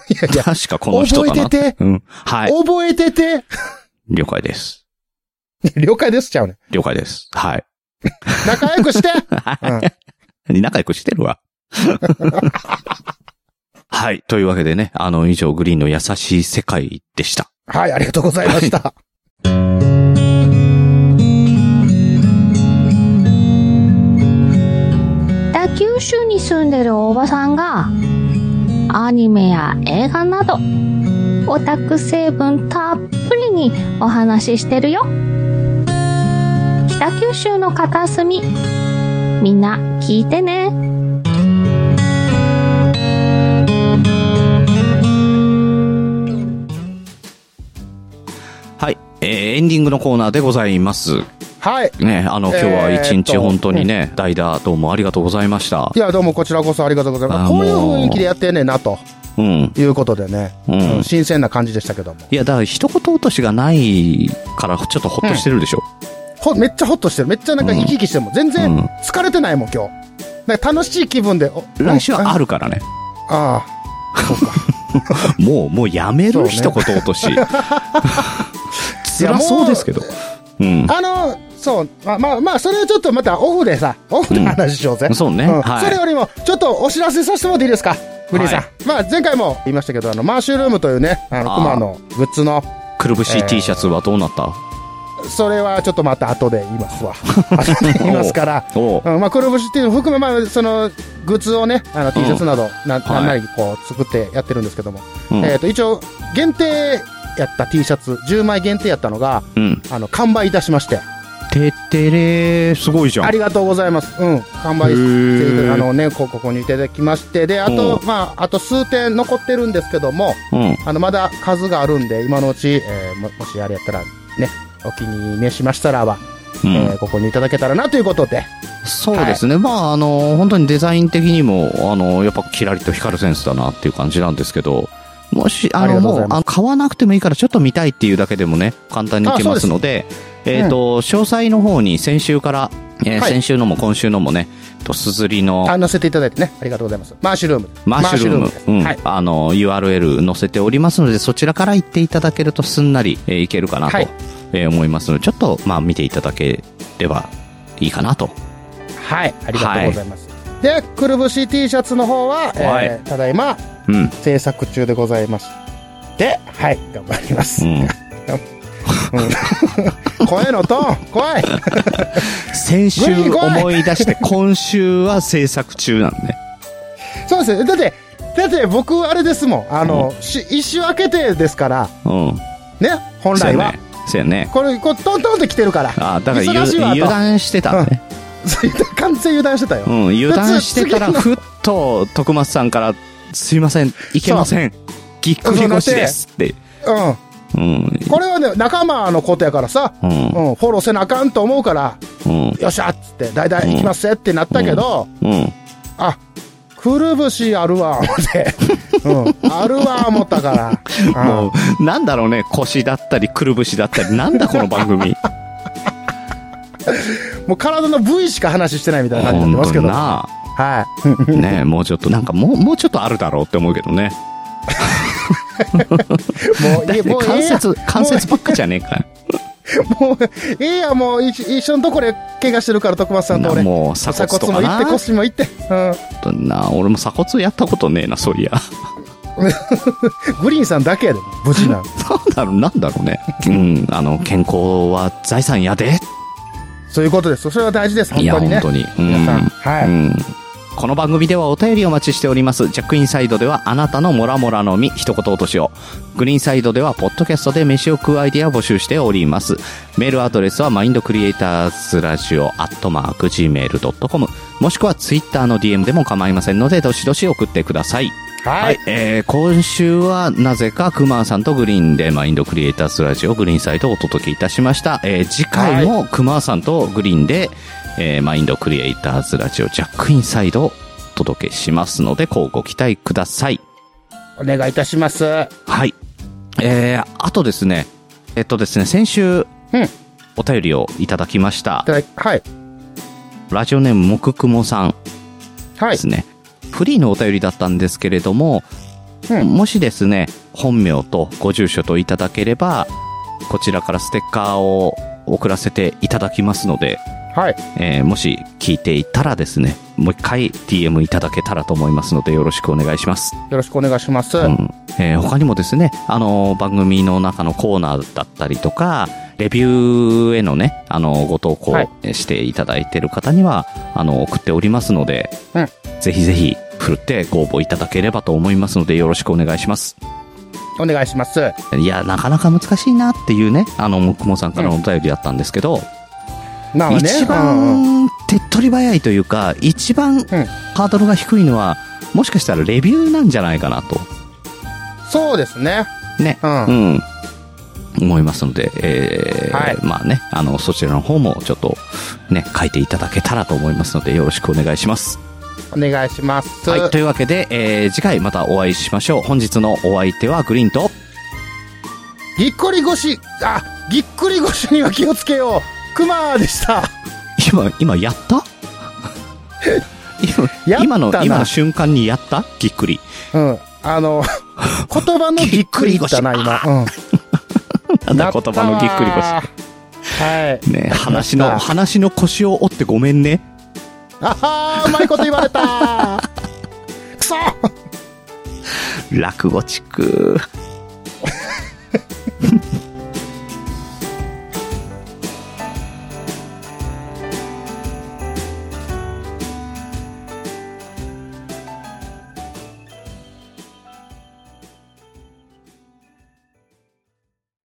Speaker 2: いやいや、
Speaker 1: 確かこの人だな。
Speaker 2: 覚えてて
Speaker 1: うん。はい。
Speaker 2: 覚えてて、 *laughs*
Speaker 1: 了解です。
Speaker 2: 了解ですちゃうね。
Speaker 1: 了解です。はい。
Speaker 2: 仲良くして、うん
Speaker 1: 仲良くして
Speaker 2: *laughs*
Speaker 1: るわ。はい。というわけでね、あの、以上、グリーンの優しい世界でした。
Speaker 2: はい、ありがとうございました。
Speaker 5: 北九州に住んでるおばさんがアニメや映画などオタク成分たっぷりにお話ししてるよ北九州の片隅みんな聞いてね
Speaker 1: はい。えーエンディングのコーナーでございます。
Speaker 2: はい。
Speaker 1: ね、あの、今日は一
Speaker 2: えーっ
Speaker 1: 日
Speaker 2: と
Speaker 1: 本当にね、代打どうもありがとうございました
Speaker 2: い。や、どうもこちらこそありがとうございま
Speaker 1: あ
Speaker 2: す。
Speaker 1: ー
Speaker 2: こういう
Speaker 1: もう
Speaker 2: 雰囲気でやってんねんな、と
Speaker 1: うん。
Speaker 2: いうことでね。
Speaker 1: うん
Speaker 2: うん新鮮な感じでしたけども。
Speaker 1: いや、だから一言落としがないから、ちょっとほっとしてるでしょ。
Speaker 2: ほ、めっちゃホッとしてる。めっちゃなんか生き生きしてるもん。全
Speaker 1: うん
Speaker 2: 然疲れてないもん、今日。なんか楽しい気分で。お
Speaker 1: 来週はあ
Speaker 2: る。
Speaker 1: るからね。
Speaker 2: ああ。そうか。
Speaker 1: もう、もうやめ
Speaker 2: そう
Speaker 1: る、
Speaker 2: ね
Speaker 1: 一言落とし。 *laughs* 辛そうですけど。うん。
Speaker 2: あの、そう、まあまあ、まあ、それはちょっとまたオフでさ、オフで話しようぜ。
Speaker 1: うんそうね
Speaker 2: ん
Speaker 1: はい
Speaker 2: それよりも、ちょっとお知らせさせてもらっていいですか、グリーンさん。
Speaker 1: は
Speaker 2: まあ、前回も言いましたけど、あの、マーシュルームというね、あの、
Speaker 1: あー
Speaker 2: クマのグッズの、
Speaker 1: くるぶし
Speaker 2: えー
Speaker 1: T シャツはどうなった
Speaker 2: それはちょっとまた後で言います
Speaker 1: *laughs*
Speaker 2: わ。後で言いますから。
Speaker 1: おう
Speaker 2: うん、まあ、くるぶしっていうのを含め、まあ、その、グッズをね、あの、T シャツなど、な、
Speaker 1: はい
Speaker 2: なんなり、こう、作ってやってるんですけども。
Speaker 1: うん
Speaker 2: えっ、と、一応、限定やった T シャツ、10枚限定やったのが、
Speaker 1: うん。
Speaker 2: あの、完売いたしまして。
Speaker 1: てってれー、すごいじゃ
Speaker 2: あ
Speaker 1: ん。
Speaker 2: りがとうございます。うん。完売して
Speaker 1: へ
Speaker 2: いただ
Speaker 1: ー
Speaker 2: あのね、こここにいただきまして。で、あと、
Speaker 1: う
Speaker 2: まあ、あと数点残ってるんですけども、
Speaker 1: うん。
Speaker 2: あの、まだ数があるんで、今のうち、えーももしあれやったら、ね、お気に召しましたらば、
Speaker 1: うん
Speaker 2: えーご購入いただけたらなということで。
Speaker 1: そうですね。まあ、あの、本当にデザイン的にも、あの、やっぱキラリと光るセンスだなっていう感じなんですけど、もし、あ
Speaker 2: あり
Speaker 1: の、
Speaker 2: がとう
Speaker 1: も
Speaker 2: ござ
Speaker 1: う
Speaker 2: い、ます
Speaker 1: あの買わなくてもいいからちょっと見たいっていうだけでもね、簡単にいけますので、
Speaker 2: す
Speaker 1: えっ、と、詳細の方に先週から、えー
Speaker 2: はい
Speaker 1: 先週のも今週のもね、とすずりの
Speaker 2: あ、載せていただいてね。ありがとうございます。マッシュルーム。
Speaker 1: マッシュルーム、
Speaker 2: マ
Speaker 1: うん
Speaker 2: はい。
Speaker 1: あの、URL 載せておりますので、そちらから行っていただけるとすんなり、えーいけるかなと、
Speaker 2: はい
Speaker 1: えー思いますので、ちょっと、まあ、見ていただければいいかなと。
Speaker 2: はい。ありがとうございます。で、くるぶし T シャツの方
Speaker 1: はい
Speaker 2: は、えーただいま、
Speaker 1: うん。
Speaker 2: 制作中でございまして、はい、頑張ります。
Speaker 1: う
Speaker 2: うんん声のトーン、
Speaker 1: *laughs*
Speaker 2: 怖い。
Speaker 1: 先週
Speaker 2: 無理怖い
Speaker 1: 思い出 *laughs* して、今週は制作中なんで。
Speaker 2: そうですね。だって、だって僕、あれですもん。あの、し一周明けてですから、
Speaker 1: うん。
Speaker 2: ね、本来
Speaker 1: そうや
Speaker 2: は
Speaker 1: ね。。そうやね。
Speaker 2: これ、こう、トントンって来てるから。
Speaker 1: あだから
Speaker 2: 忙しい
Speaker 1: ゆ
Speaker 2: わ
Speaker 1: 油
Speaker 2: と。
Speaker 1: 断してたね。
Speaker 2: *laughs* 完全油断してたよ。
Speaker 1: うん、油断してたら、
Speaker 2: 普通
Speaker 1: ふっと、徳松さんから、すいません、いけません。ぎっくり腰ですって。
Speaker 2: うん。
Speaker 1: うん。
Speaker 2: これはね、仲間のことやからさ、
Speaker 1: う。
Speaker 2: うんん、フォローせなあかんと思うから、
Speaker 1: うん。
Speaker 2: よっしゃっつって、だいだい行きますぜってなったけど、
Speaker 1: うん。
Speaker 2: あ、くるぶしあるわ、思
Speaker 1: *laughs*
Speaker 2: って。うん、あるわ、思ったから。うん
Speaker 1: もう、なんだろうね、腰だったり、くるぶしだったり、なんだこの番
Speaker 2: *laughs*
Speaker 1: 組。
Speaker 2: もう体の部位しか話してないみたいな感じになってますけど。は。
Speaker 1: ない
Speaker 2: うん
Speaker 1: ねえもうちょっと、なんかもう、もうちょっとあるだろうって思うけどね。
Speaker 2: もう、
Speaker 1: だっ
Speaker 2: いや
Speaker 1: て
Speaker 2: もうえ
Speaker 1: 関
Speaker 2: えや、
Speaker 1: 節、関節ばっかじゃねえか
Speaker 2: もう、ええや、もう一一緒のとこで怪我してるから、徳松さんと俺。
Speaker 1: なもう鎖骨とかな
Speaker 2: 鎖も行って、腰も行っ
Speaker 1: よ。
Speaker 2: て。
Speaker 1: な俺も鎖骨やったことねえな、そういや。 *laughs*
Speaker 2: うん。グリーンさんだけやで、無事なん。
Speaker 1: なんだろう、なんだろうね。うん、あの、健康は財産やで。
Speaker 2: そういうことです。それは大事です、本
Speaker 1: いや、
Speaker 2: 当にね
Speaker 1: 本。当に。うん
Speaker 2: 皆さん。は
Speaker 1: う
Speaker 2: い。
Speaker 1: んこの番組ではお便りをお待ちしております。ジャックインサイドではあなたのモラモラの実、一言落としを。グリーンサイドではポッドキャストで飯を食うアイディアを募集しております。メールアドレスはマインドクリエイターズラジオアットマーク Gmail.com もしくはツイッターの DM でも構いませんので、どしどし送ってください。
Speaker 2: は
Speaker 1: はい
Speaker 2: い。、
Speaker 1: えー、今週はなぜかクマーさんとグリーンでマインドクリエイターズラジオグリーンサイトをお届けいたしました。えー、次回もクマーさんとグリーンで、えー、マインドクリエイターズラジオジャックインサイドをお届けしますので、こうご期待ください。
Speaker 2: お願いいたします。は
Speaker 1: はい。えー、あとですね、えっとですね、先週、
Speaker 2: うん
Speaker 1: お便りをいただきました。
Speaker 2: い。はい。
Speaker 1: ラジオネーム、もくくもさん。
Speaker 2: は
Speaker 1: で
Speaker 2: い。
Speaker 1: すね。フリーのお便りだったんですけれども、
Speaker 2: うん
Speaker 1: もしですね、本名とご住所といただければ、こちらからステッカーを送らせていただきますので、
Speaker 2: はい。
Speaker 1: えーもし聞いていたらですね、もう一回 DM いただけたらと思いますので、よろしくお願いします。
Speaker 2: よろしくお願いします。
Speaker 1: うんえー他にもですね、あのー番組の中のコーナーだったりとか、レビューへのね、あのーご投稿
Speaker 2: はい
Speaker 1: していただいている方には、あのー送っておりますので、
Speaker 2: うん
Speaker 1: ぜひぜひ、ふるってご応募いただければと思いますので、よろしくお願いします。
Speaker 2: お願いします。
Speaker 1: いや、なかなか難しいなっていうね、あの、もくもさんからのお便りだったんですけど、
Speaker 2: まあね。
Speaker 1: 一
Speaker 2: うん
Speaker 1: 番手っ取り早いというか、一番
Speaker 2: うん
Speaker 1: ハードルが低いのは、もしかしたらレビューなんじゃないかなと。
Speaker 2: そうですね。
Speaker 1: ね、
Speaker 2: うん
Speaker 1: うん。思いますので、えー
Speaker 2: はい
Speaker 1: まあね、あの、そちらの方もちょっと、ね、書いていただけたらと思いますので、よろしくお願いします。
Speaker 2: お願いします。
Speaker 1: はい、というわけで、えー次回またお会いしましょう。本日のお相手はグリーンと、
Speaker 2: ぎっくり腰、あ、ぎっくり腰には気をつけよう。クマでした。
Speaker 1: 今、今やった
Speaker 2: *laughs* やった
Speaker 1: 今今
Speaker 2: な
Speaker 1: の、今の瞬間にやったぎっくり。
Speaker 2: うん。あ
Speaker 1: *laughs*
Speaker 2: の、言葉のぎっくりだな、
Speaker 1: ぎっくり腰
Speaker 2: 今。う。
Speaker 1: なんんだ言葉のぎっくり腰。
Speaker 2: 腰。はい。
Speaker 1: ね、話の、
Speaker 2: やった
Speaker 1: 話の腰を折ってごめんね。
Speaker 2: あはー、うまいこと言わ
Speaker 1: *laughs*
Speaker 2: れ *laughs* た。くそ
Speaker 1: 落語チック。